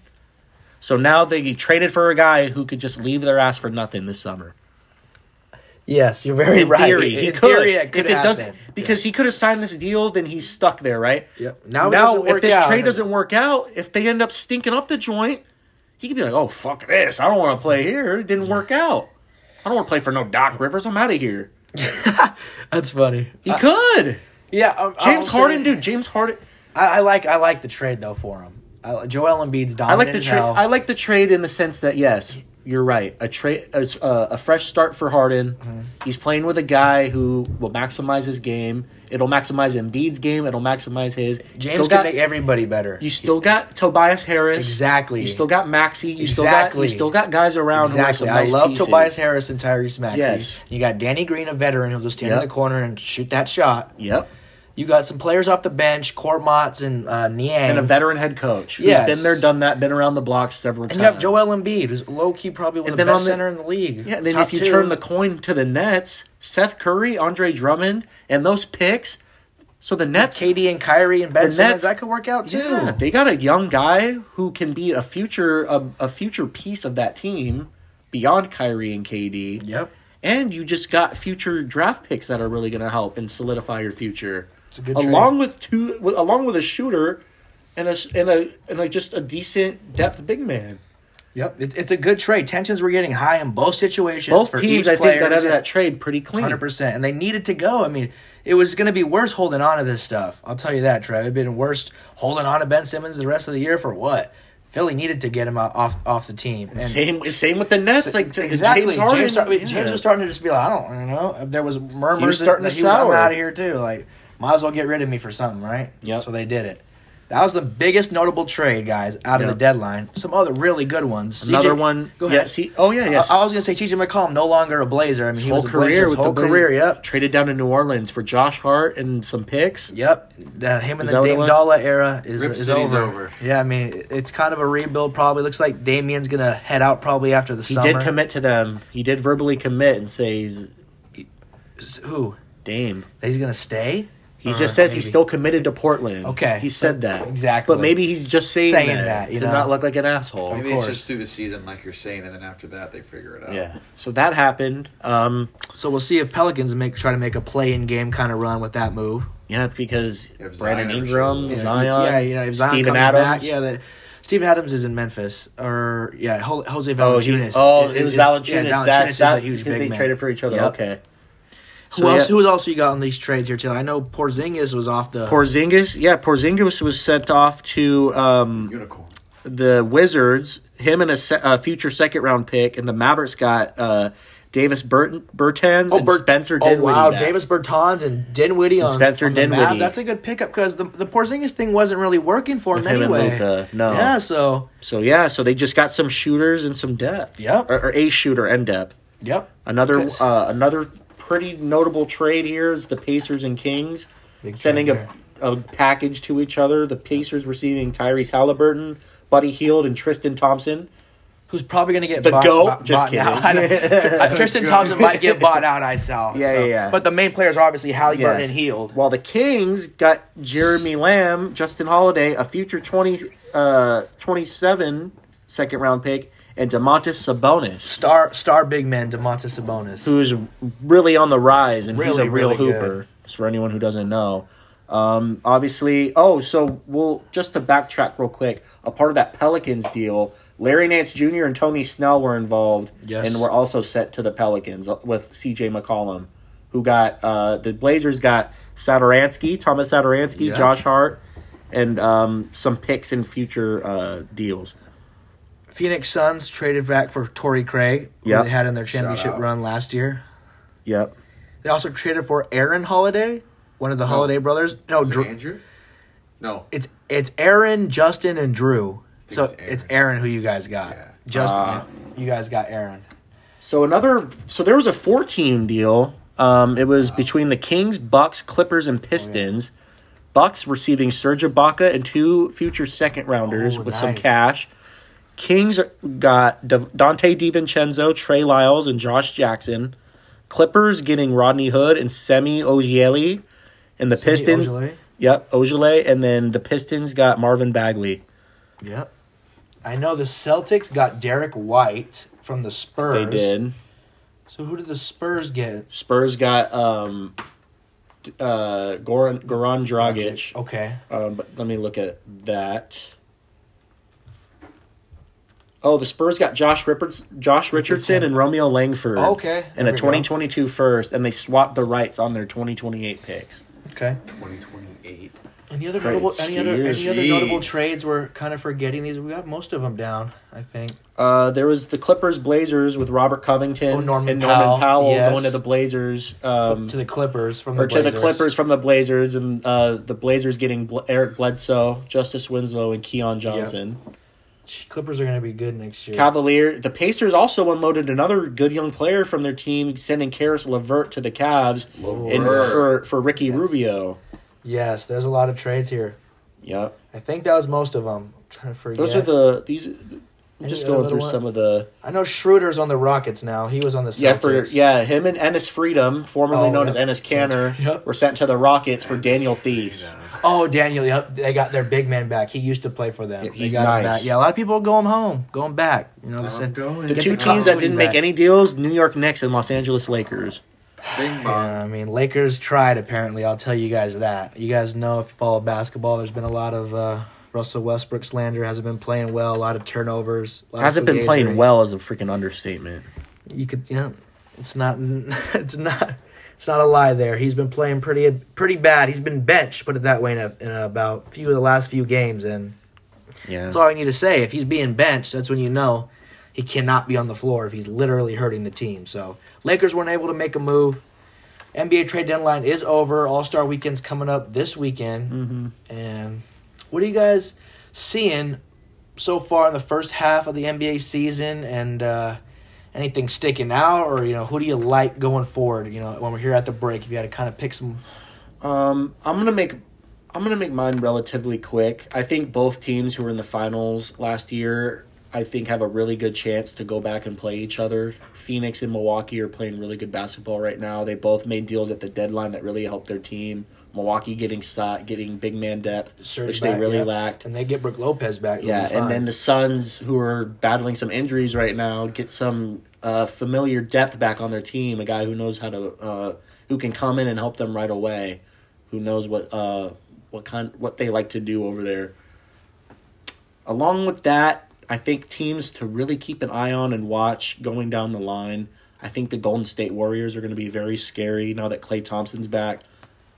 So now they traded for a guy who could just leave their ass for nothing this summer. yes, you're very in right. theory, in he could. theory, it could if it happen. doesn't, because he could have signed this deal, then he's stuck there, right? Yep. Now, Now it doesn't if work this out, trade and- doesn't work out, if they end up stinking up the joint, he could be like, "Oh fuck this! I don't want to play here. It didn't work out. I don't want to play for no Doc Rivers. I'm out of here." that's funny. He could. Yeah, um, James I'll say- Harden, dude. James Harden. I, I like I like the trade though for him. I, Joel Embiid's dominant. I like the as trade. hell. I like the trade in the sense that yes, you're right. A trade, a, a fresh start for Harden. Mm-hmm. He's playing with a guy who will maximize his game. It'll maximize Embiid's game. It'll maximize his. You James still can got, make everybody better. you still got Tobias Harris. exactly. You still got Maxi. You still got. You Exactly. still got guys around. who are Exactly. some I nice love pieces. Tobias Harris and Tyrese Maxey. Yes. You got Danny Green, a veteran who'll just stand Yep. in the corner and shoot that shot. Yep, You got some players off the bench, Cormotz and uh, Niang. and a veteran head coach who's Yes. been there, done that, been around the block several And times. you have Joel Embiid, who's low key probably one And of the then best on the- center in the league. Yeah, and then Top if you two. turn the coin to the Nets, Seth Curry, Andre Drummond, and those picks, so the Nets, KD and Kyrie and Ben The Nets- Simmons, that could work out too. yeah, they got a young guy who can be a future a, a future piece of that team beyond Kyrie and KD. Yep. And you just got future draft picks that are really going to help and solidify your future. It's a good along with two, with, along with a shooter, and a s- and a and a just a decent depth big man. Yep. It, it's a good trade. Tensions were getting high in both situations. Both for teams, each I think, got player. out of that trade pretty clean. Hundred percent, and they needed to go. I mean, it was going to be worse holding on to this stuff. I'll tell you that, Trev. It'd been worse holding on to Ben Simmons the rest of the year for what? Philly needed to get him out, off off the team. And Same, same with the Nets. like t- exactly, James Harden. James, start- yeah. James was starting to just be like, I don't, you know. There was murmurs He was that- starting that to he was sour. out of here too. Like, might as well get rid of me for something, right? Yep. So they did it. That was the biggest notable trade, guys, out of Yep. the deadline. Some other really good ones. another CJ one. Go Yeah, ahead. see, oh yeah, yes. I, I was gonna say TJ McCollum, no longer a Blazer. I mean, he whole was a career Blazer his with whole the Blazers. career. Yep. Traded down to New Orleans for Josh Hart and some picks. Yep, uh, him Is and that the what it Dame was? Dalla era is, Rip is City's over. over. Yeah, I mean it- it's kind of a rebuild. Probably looks like Damian's gonna head out probably after the He summer. did commit to them. He did verbally commit and say he's S- Who? Dame. That He's gonna stay. He Uh, just says maybe. he's still committed to Portland. Okay. he said that Exactly. But maybe he's just saying, Saying that, that, you to know. not look like an asshole. Maybe course. it's just through the season, like you're saying, and then after that they figure it out. Yeah. So that happened. Um, So we'll see if Pelicans make try to make a play-in game kind of run with that move. yeah, because If Zion Brandon ever Ingram, shows up. Zion, yeah, you know, if Zion Steven comes Adams. back, yeah, that Stephen Adams is in Memphis, or yeah, Ho- Jose Oh, he- Valanciunas. oh, is- it was is- Valanciunas. Yeah, that's is the that's huge because big they man. traded for each other. Yep. Okay. Who So, else? yeah. Who else you got on these trades here, Taylor? I know Porzingis was off the. Uh-huh. Porzingis, yeah, Porzingis was sent off to um, Unicorn. the Wizards. Him and a, se- a future second round pick, and the Mavericks got uh, Davis Burton, Bertans and Bert- Spencer oh, Dinwiddie. wow, back. Davis Bertans and Dinwiddie on Spencer on the Mavs. Dinwiddie. That's a good pickup because the the Porzingis thing wasn't really working for him, With him and anyway. Luka, Oh. no. Yeah, so So yeah, so they just got some shooters and some depth. Yep. or, or a shooter and depth. yep. Another Because- uh, another pretty notable trade here is the Pacers and Kings Big sending trade a, a package to each other. The Pacers receiving Tyrese Halliburton, Buddy Heald, and Tristan Thompson. Who's probably going to get The bought, GOAT? bought- Just bought kidding. out. *laughs* I *laughs* don't- Tristan Thompson might get bought out. I saw. Yeah, so. yeah, yeah. But the main players are obviously Halliburton Yes. and Healed. While the Kings got Jeremy Lamb, Justin Holiday, a future 20, uh, 27 second round pick, and DeMontis Sabonis, Star star big man Demontis Sabonis. who's really on the rise and he's Really, a real really hooper. For anyone who doesn't know, um, obviously. Oh, so we'll just to backtrack real quick. A part of that Pelicans deal, Larry Nance Jr. and Tony Snell were involved, Yes. and were also set to the Pelicans uh, with C.J. McCollum, who got uh, the Blazers got Saturansky, Thomas Saturansky, Yeah. Josh Hart, and um, some picks and future uh, deals. Phoenix Suns traded back for Torrey Craig, who Yep. they had in their Shout championship out. run last year. Yep. They also traded for Aaron Holiday, one of the Holiday brothers. No, Is it Oh, Dr- Andrew? No. It's it's Aaron, Justin, and Drew. think So it's it's Aaron. Aaron. who you guys got. Yeah. Justin, Ah. you guys got Aaron. So another so there was a four team deal Um, it was between the Kings, Bucks, Clippers, and Pistons. Bucks receiving Serge Ibaka and two future second rounders Oh, with some nice. cash. Kings got Da- Dante DiVincenzo, Trey Lyles, and Josh Jackson. Clippers getting Rodney Hood and Semi Ojeley, and the Pistons. Ojale? Yep, Ojale, and then the Pistons got Marvin Bagley. Yep. I know the Celtics got Derek White from the Spurs. They did. So who did the Spurs get? Spurs got um, d- uh, Goran Goran Dragic. Okay. Um, but let me look at that. Oh, the Spurs got Josh Ripperts, Josh Richardson and Romeo Langford. Okay, And there a we go. 2022 first, and they swapped the rights on their 2028 picks. Okay. Twenty twenty eight. Any other Trades. notable any other any Jeez. other notable Jeez. trades we're kind of forgetting these? We got most of them down, I think. Uh, there was the Clippers Blazers with Robert Covington Oh, Norman and Norman Powell, Powell, yes. going to the Blazers. Um, to the Clippers from the or to the Blazers. Clippers from the Blazers, and uh, the Blazers getting Bl- Eric Bledsoe, Justice Winslow, and Keon Johnson. Clippers are going to be good next year. Cavalier. The Pacers also unloaded another good young player from their team, sending Karis Levert to the Cavs and Levert. for, for Ricky Rubio. yes, there's a lot of trades here. Yep. I think that was most of them. I'm trying to forget. Those are the these. I'm Any just other going through little some of the I know Schroeder's on the Rockets now. He was on the Celtics. yeah for yeah him and Ennis Freedom, formerly Oh, known as yep. Ennis Canner, Yep. were sent to the Rockets for Daniel Thies. Oh, Daniel. Yep. They got their big man back. He used to play for them. Yeah, They he's got him nice. back. Yeah, a lot of people going home, going back. You know, they said- going. The Get two the teams that continuity didn't back. make any deals: New York Knicks and Los Angeles Lakers. Bing bong. Yeah, I mean, Lakers tried apparently. I'll tell you guys that. You guys know if you follow basketball, there's been a lot of uh, Russell Westbrook slander. Hasn't been playing well. A lot of turnovers. a lot of Hasn't been fugazi. playing well as a freaking understatement. You could, yeah. It's not. *laughs* It's not. It's not a lie. There, he's been playing pretty pretty bad. He's been benched. Put it that way in, a, in about few of the last few games, and Yeah. that's all I need to say. If he's being benched, that's when you know he cannot be on the floor if he's literally hurting the team. So Lakers weren't able to make a move. NBA trade deadline is over. All Star Weekend's coming up this weekend. Mm-hmm. And what are you guys seeing so far in the first half of the NBA season? And uh, anything sticking out, or you know, who do you like going forward? You know, when we're here at the break, if you had to kind of pick some. Um, I'm gonna make, I'm gonna make mine relatively quick. I think both teams who were in the finals last year, I think have a really good chance to go back and play each other. Phoenix and Milwaukee are playing really good basketball right now. They both made deals at the deadline that really helped their team. Milwaukee getting shot, getting big man depth, Surge which back, they really yeah. lacked. and they get Brooke Lopez back. it'll Yeah, be and fine. then the Suns, who are battling some injuries right now, get some uh, familiar depth back on their team. A guy who knows how to, uh, who can come in and help them right away, who knows what uh, what kind, what they like to do over there. Along with that, I think teams to really keep an eye on and watch going down the line. I think the Golden State Warriors are going to be very scary now that Clay Thompson's back.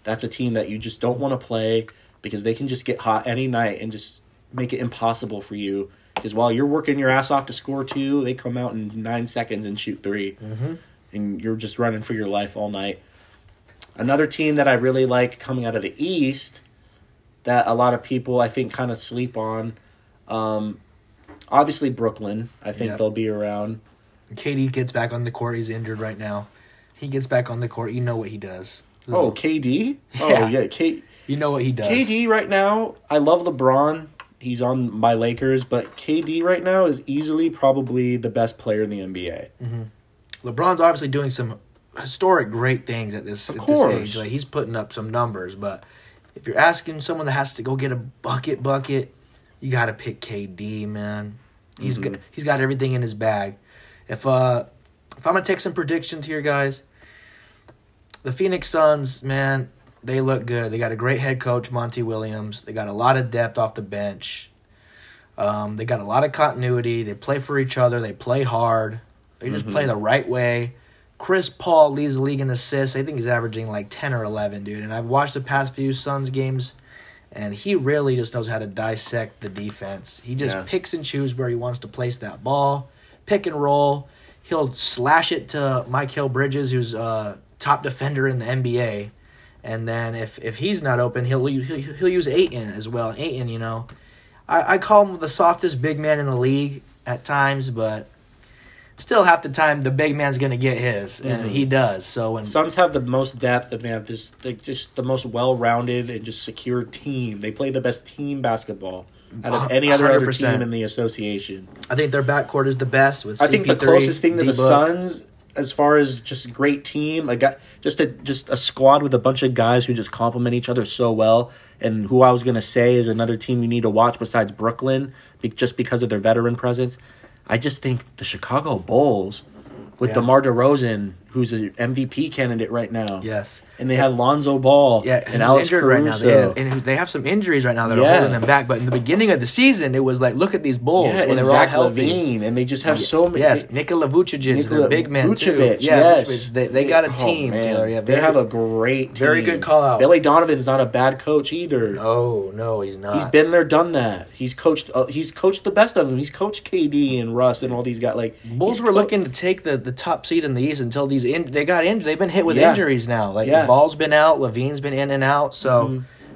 That's a team that you just don't want to play because they can just get hot any night and just make it impossible for you. Because while you're working your ass off to score two, they come out in nine seconds and shoot 3 Mm-hmm. And you're just running for your life all night. Another team that I really like coming out of the East that a lot of people, I think, kind of sleep on. Um, obviously, Brooklyn. I think Yeah. they'll be around. KD gets back on the court. He's injured right now. He gets back on the court. You know what he does. Oh, *laughs* KD? Oh, Yeah. yeah. K- you know what he does. KD right now, I love LeBron. He's on my Lakers, but KD right now is easily probably the best player in the NBA. Hmm. LeBron's obviously doing some historic great things at this Of at course. this age. Like he's putting up some numbers, but if you're asking someone that has to go get a bucket bucket, you got to pick KD, man. He's Mm-hmm. got, he's got everything in his bag. If uh if I'm going to take some predictions here, guys, the Phoenix Suns, man, they look good. They got a great head coach, Monty Williams. They got a lot of depth off the bench. Um, they got a lot of continuity. They play for each other. They play hard. They just play the right way. Chris Paul leads the league in assists. I think he's averaging like 10 or 11, dude. And I've watched the past few Suns games, and he really just knows how to dissect the defense. He just Yeah. picks and chooses where he wants to place that ball, pick and roll. He'll slash it to Mike Hill Bridges, who's uh, top defender in the NBA. And then if, if he's not open, he'll, u- he'll he'll use Aiton as well. Aiton, you know, I, I call him the softest big man in the league at times, but still half the time the big man's gonna get his, Mm-hmm. and he does. So when Suns have the most depth and they have this they just the most well rounded and just secure team. They play the best team basketball out of A- any other other 100%. team in the association. I think their backcourt is the best. With I think the CP3, closest thing to the D-Book. Suns as far as just great team, I got just a just a squad with a bunch of guys who just complement each other so well. And who I was gonna say is another team you need to watch besides Brooklyn, be, just because of their veteran presence. I just think the Chicago Bulls with Yeah. DeMar DeRozan, who's an MVP candidate right now. Yes. and they had Lonzo Ball Yeah, and who's Alex injured Caruso. right now, They- and, they have some injuries right now that are Yeah. holding them back. But in the beginning of the season, it was like, look at these Bulls yeah, when and they were Zach all healthy. Levine, and they just have so many. Yes, Nikola Vucevic, is their Nikola big man too. Vucevic, Yeah, yes. Vucevic, they, they got a Oh, team, man. Taylor. Yeah, they very- have a great, team. very good Uh, call out. Billy Donovan's not a bad coach either. No, Oh, no, he's not. He's been there, done that. He's coached. Uh, he's coached the best of them. He's coached KD and Russ and all these guys. Like Bulls he's were co- looking to take the, the top seed in the East until these in, they got injured. They've been hit with Yeah. injuries now. Like Yeah. Mm-hmm. Ball's been out, Levine's been in and out. So it's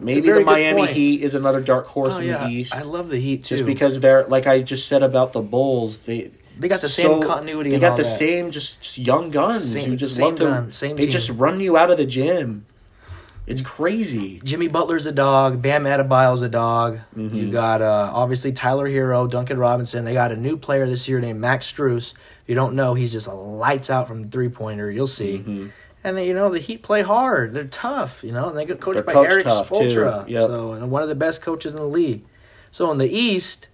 a Maybe very the good Miami point. Heat is another dark horse Oh, in yeah. the East. I love the Heat too. just because they're like I just said about the Bulls, they They got the same continuity They and got all the that. same just, just young guns Same- who just same love to. gun, same they team. just run you out of the gym. It's crazy. Jimmy Butler's a dog, Bam Adebayo's a dog. Mm-hmm. You got uh, obviously Tyler Hero, Duncan Robinson. They got a new player this year named Max Struess. If you don't know, he's just a lights out from three pointer. You'll see. Mm-hmm. And then, you know the Heat play hard. They're tough. You know and they get coached They're by coached Eric tough, too. Spoelstra, Yep. so and one of the best coaches in the league. So in the East,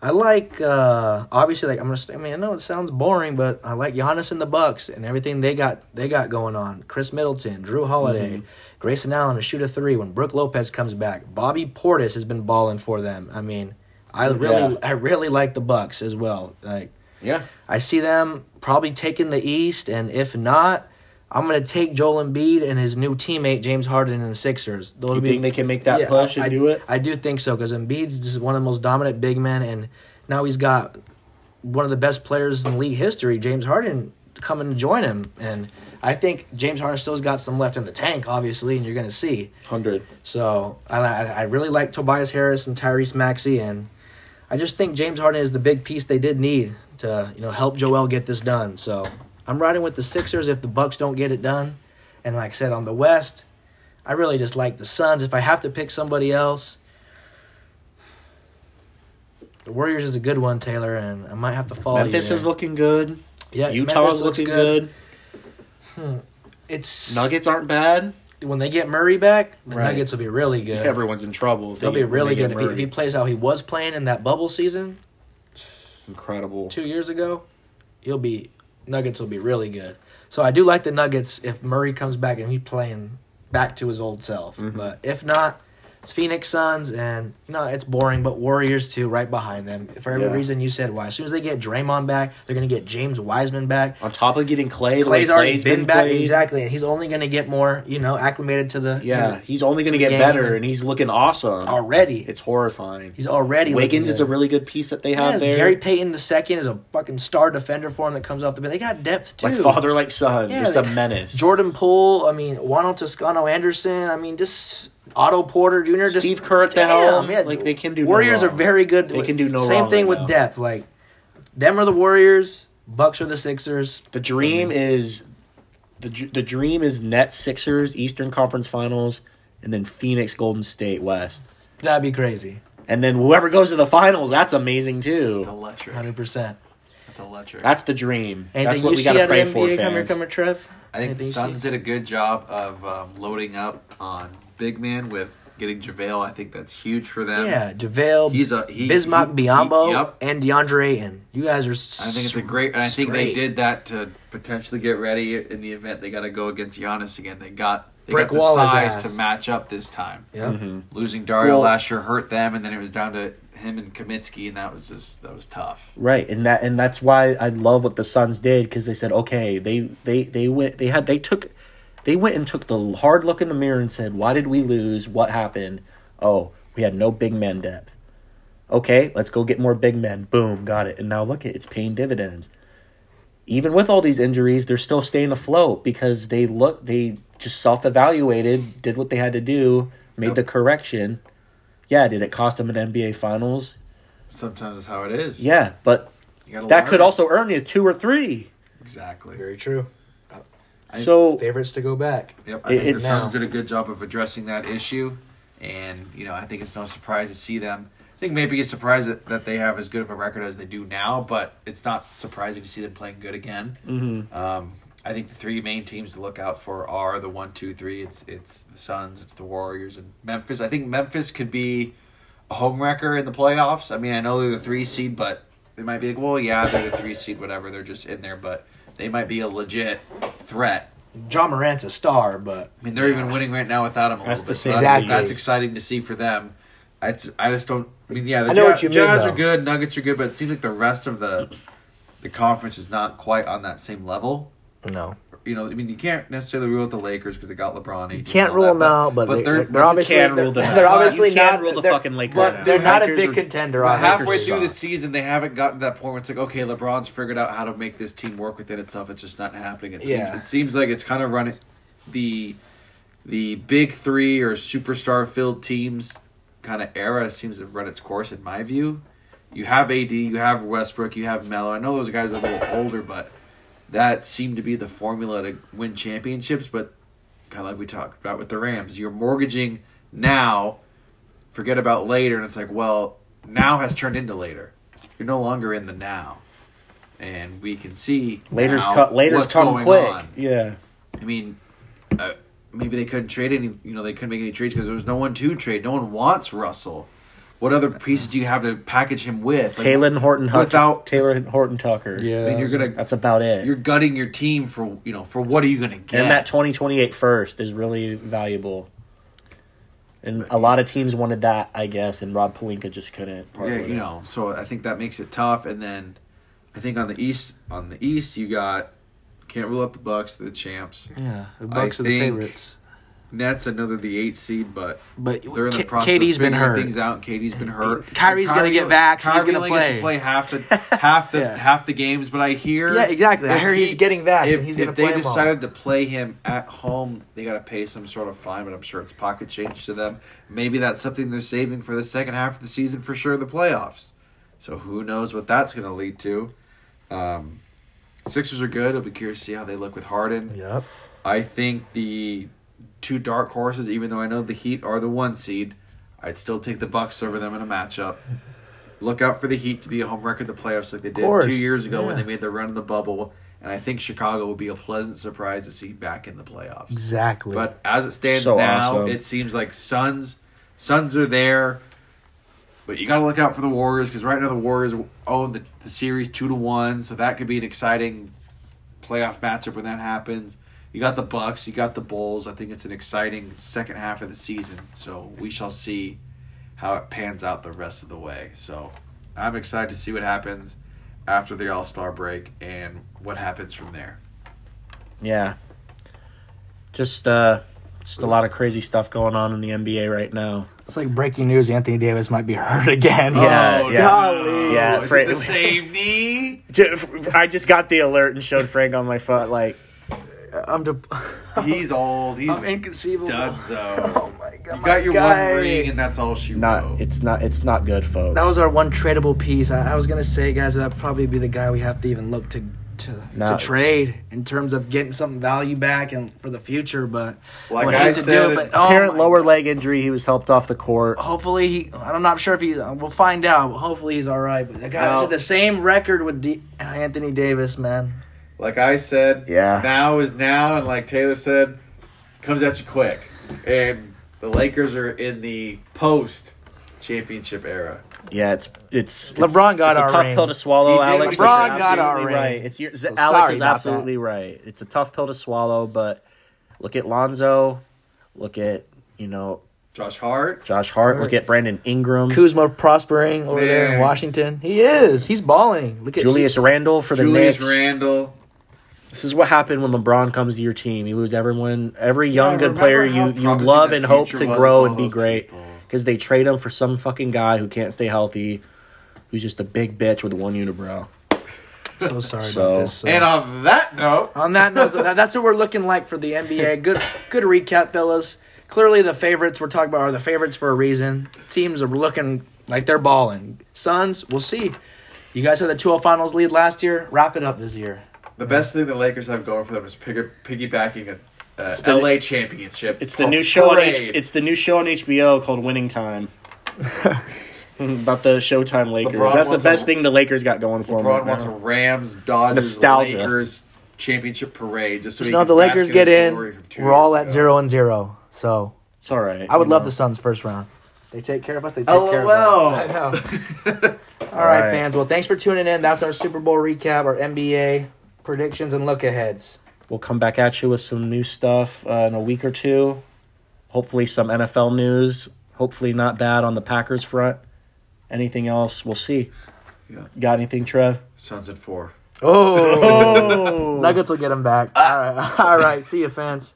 I like uh, obviously like I'm gonna. Say, I mean I know it sounds boring, but I like Giannis and the Bucks and everything they got they got going on. Chris Middleton, Drew Holiday, Mm-hmm. Grayson Allen to shoot a three when Brooke Lopez comes back. Bobby Portis has been balling for them. I mean, I really I really like the Bucks as well. Like Yeah, I see them probably taking the East, and if not, I'm gonna take Joel Embiid and his new teammate James Harden and the Sixers. They'll you think they can make that yeah, push and I, do it? I do think so because Embiid's just one of the most dominant big men, and now he's got one of the best players in league history, James Harden, coming to join him. And I think James Harden still's got some left in the tank, obviously, and you're going to see. Hundred. So I, I I really like Tobias Harris and Tyrese Maxey, and I just think James Harden is the big piece they did need to you know help Joel get this done. So I'm riding with the Sixers if the Bucks don't get it done, and like I said on the West, I really just like the Suns. If I have to pick somebody else, the Warriors is a good one, Taylor, and I might have to follow Memphis you is there. looking good. Oh, yeah, Utah's Memphis looks looking good. It's Nuggets aren't bad. when they get Murray back, the Right. Nuggets will be really good. Everyone's in trouble. if They'll they- be when really they good get if he, if he Murray. plays how he was playing in that bubble season Incredible. two years ago. He'll be Nuggets will be really good. So I do like the Nuggets if Murray comes back and he's playing back to his old self. Mm-hmm. But if not, it's Phoenix Suns and no, it's boring. But Warriors too, right behind them. For every Yeah. reason you said, why as soon as they get Draymond back, they're gonna get James Wiseman back. On top of getting Clay, Clay's like, already Clay's been, back played. exactly, and he's only gonna get more you know acclimated to the to Yeah, the- he's only going to to get the game better, and- and he's looking awesome. already. It's horrifying. he's already looking Wiggins is good. a really good piece that they have Yes, there. Gary Payton the second is a fucking star defender for him that comes off the bench. They got depth too. like father, like son, Yeah, just they- a menace. Jordan Poole, I mean Juan Toscano Anderson, I mean just Otto Porter Jr. Just Steve Kerr at the Damn, helm. Like, they can do no Warriors wrong. are very good. They can do no Same wrong thing right with now. depth. Like them are the Warriors, Bucks are the Sixers. the dream is the dr- the dream is Nets Sixers Eastern Conference Finals, and then Phoenix Golden State West, That'd be crazy. and then whoever goes to the finals, that's amazing It's too. electric. Hundred percent. It's electric. That's the dream. Anything that's what you we see out gotta of pray for, NBA? Come here, fans. come here, Trev. I think the Anything Suns she- did a good job of um, loading up on big man with getting JaVale. I think that's huge for them. Yeah, JaVale, Um, He's a- he- Bismarck he- he- Biombo, yep. and DeAndre Ayton. You guys are. s- I think it's a great, and I think they great. did that to potentially get ready in the event they got to go against Giannis again. They got they Brick got the wall his size ass. to match up this time. Yep. Mm-hmm. Losing Dario Well- last year hurt them, and then it was down to him and Kaminsky, and that was just that was tough. Right, and that and that's why I love what the Suns did because they said, okay, they they they went they had they took they went and took the hard look in the mirror and said, why did we lose? What happened? Oh, we had no big man depth. Okay, let's go get more big men. Boom, got it. And now look at it's paying dividends. Even with all these injuries, they're still staying afloat because they look they just self evaluated, did what they had to do, made the correction. Yeah, did it cost them an NBA Finals? Sometimes that's how it is. Yeah, but You gotta That could learn. also earn you two or three. exactly. Very true. I- so Favorites to go back. Yep, I think It's- the Suns did a good job of addressing that issue, and you know I think it's no surprise to see them. I think maybe it's surprised that, that they have as good of a record as they do now, but it's not surprising to see them playing good again. Mm-hmm. Um, I think the three main teams to look out for are the one, two, three. It's it's the Suns, it's the Warriors, and Memphis. I think Memphis could be a home wrecker in the playoffs. I mean, I know they're the three seed, but they might be like, well, yeah, they're the three seed, whatever. They're just in there, but they might be a legit threat John Morant's a star, but I mean, they're even winning right now without him a That's little bit. the So thing. that's, Exactly. that's exciting to see for them. I, just- I just don't. I mean, yeah, the I know Ja- what you mean, Jazz though. are good, Nuggets are good, but it seems like the rest of the the conference is not quite on that same level. no. You know, I mean, you can't necessarily rule out the Lakers because they got LeBron. You Can't rule them out, but, they, are obviously can they're, rule them out. they're But you obviously can't not rule the they're- fucking Lakers but out. They're not a Lakers big are- contender. But obviously. halfway through the Suck. season, they haven't gotten to that point where it's like, okay, LeBron's figured out how to make this team work within itself. It's just not happening. It seems, Yeah. it seems like it's kind of running the the big three or superstar filled teams kind of era seems to have run its course in my view. You have AD, you have Westbrook, you have Melo. I know those guys are a little older, but that seemed to be the formula to win championships. But kind of like we talked about with the Rams, you're mortgaging now forget about later and it's like well now has turned into later you're no longer in the now and we can see later's now cut. Later's what's come going quick. on. Yeah. i mean uh, maybe they couldn't trade any you know they couldn't make any trades because there was no one to trade no one wants russell what other pieces do you have to package him with Like, Taylor and Horton Huck- Without- Taylor and Horton Tucker. i mean you're gonna That's about it. you're gutting your team for you know for what are you gonna get And that 2028 first is really valuable. And a lot of teams wanted that, I guess, and Rob Palinka just couldn't. part yeah, with you it. know, so I think that makes it tough. And then I think on the east, on the east, you got can't rule out the Bucks, the champs. Yeah, the I think- Nets, I know they're the eight seed, but But they're in the K- process Katie's of been figuring hurt. things out. And Katie's been hurt. Kyrie's gonna get vaxxed, he's Kyrie gonna only gets to play. play half the *laughs* half the Yeah. half the games, but I hear Yeah, exactly. I if heard he's getting vaxxed If, and he's if gonna they play 'em all. decided to play him at home, they got to pay some sort of fine, but I'm sure it's pocket change to them. Maybe that's something they're saving for the second half of the season for sure, the playoffs. So who knows what that's going to lead to? Um, Sixers are good. I'll be curious to see how they look with Harden. Yep. I think the two dark horses, even though I know the Heat are the one seed, I'd still take the Bucks over them in a matchup. Look out for the Heat to be a home record the playoffs like they did course, two years ago when yeah. they made their run in the bubble. And I think Chicago will be a pleasant surprise to see back in the playoffs. Exactly. But as it stands So now, awesome. it seems like Suns, Suns are there, but you got to look out for the Warriors because right now the Warriors own the, the series two to one, so that could be an exciting playoff matchup when that happens. You got the Bucks, you got the Bulls. I think it's an exciting second half of the season, so we shall see how it pans out the rest of the way. So I'm excited to see what happens after the All Star break and what happens from there. Yeah. Just uh just a lot of crazy stuff going on in the NBA right now. it's like breaking news: Anthony Davis might be *laughs* hurt again. Yeah, Oh, yeah. Golly. Yeah, is Fra- it the same knee? Ju- I just got the alert and showed Frank on my phone like I'm. De- He's old. He's *laughs* I'm inconceivable. *laughs* Oh donezo. my god. You got your guy. one ring, and that's all she not wrote. it's not it's not good folks. Oh. That was our one tradable piece. I, I was gonna say, guys, that'd probably be the guy we have to even look to to, No. to trade in terms of getting some value back and for the future. But Like I would I hate to said, do it, but oh Apparent my lower God. Oh. leg injury, he was helped off the court. Hopefully he. I'm not sure if he. uh, We'll find out. Hopefully he's all right. But the guy Well- this is the same record with D- Anthony Davis, man. Like I said, Yeah. Now is now, and like Taylor said, comes at you quick. And the Lakers are in the post championship era. Yeah, it's it's it's- LeBron got it's our a tough ring. pill to swallow, He did. Alex. but LeBron you're got our absolutely ring. Right. It's your, So Alex sorry is about absolutely right. It's a tough pill to swallow, but look at Lonzo, look at you know Josh Hart. Josh Hart, look at Brandon Ingram, Kuzma prospering over there Man. in Washington. He is. He's balling. Look at Julius Randle for the Julius Knicks. Randle. this is what happened when LeBron comes to your team. You lose everyone, every young Yeah, good remember player how you you promising love the and hope future to was grow with and all be those great people. because they trade him for some fucking guy who can't stay healthy, who's just a big bitch with one unibrow. So sorry So- about this. so- And on that note, On that note, th- that's what we're looking like for the NBA. Good, good recap, fellas. Clearly, the favorites we're talking about are the favorites for a reason. Teams are looking like they're balling. Suns, we'll see. You guys had the 2-0 finals lead last year. Wrap it up this year. The best thing the Lakers have going for them is piggy- piggybacking a uh, the- LA championship. It's the new show on H- Parade. it's the new show on HBO called *laughs* Winning Time. About the Showtime Lakers. LeBron That's the wants best a- thing the Lakers got going for them. LeBron Right wants a now. Rams, Dodgers, Nostalgia. Lakers championship parade. Just so Just he know can if the bask Lakers in get his in, glory from two we're all years ago. at 0 and 0. So, It's all right. I would you love know. the Suns first round. They take care of us. They take care of LOL. us. I know. *laughs* All right, right. fans. Well, thanks for tuning in. That's our Super Bowl recap, our NBA predictions and look aheads. We'll come back at you with some new stuff uh, in a week or two. Hopefully, some NFL news. Hopefully, not bad on the Packers front. Anything else? We'll see. Yeah. Got anything, Trev? Suns at four. Oh, Oh. *laughs* Nuggets will get them back. *laughs* All right, all right. See you, fans.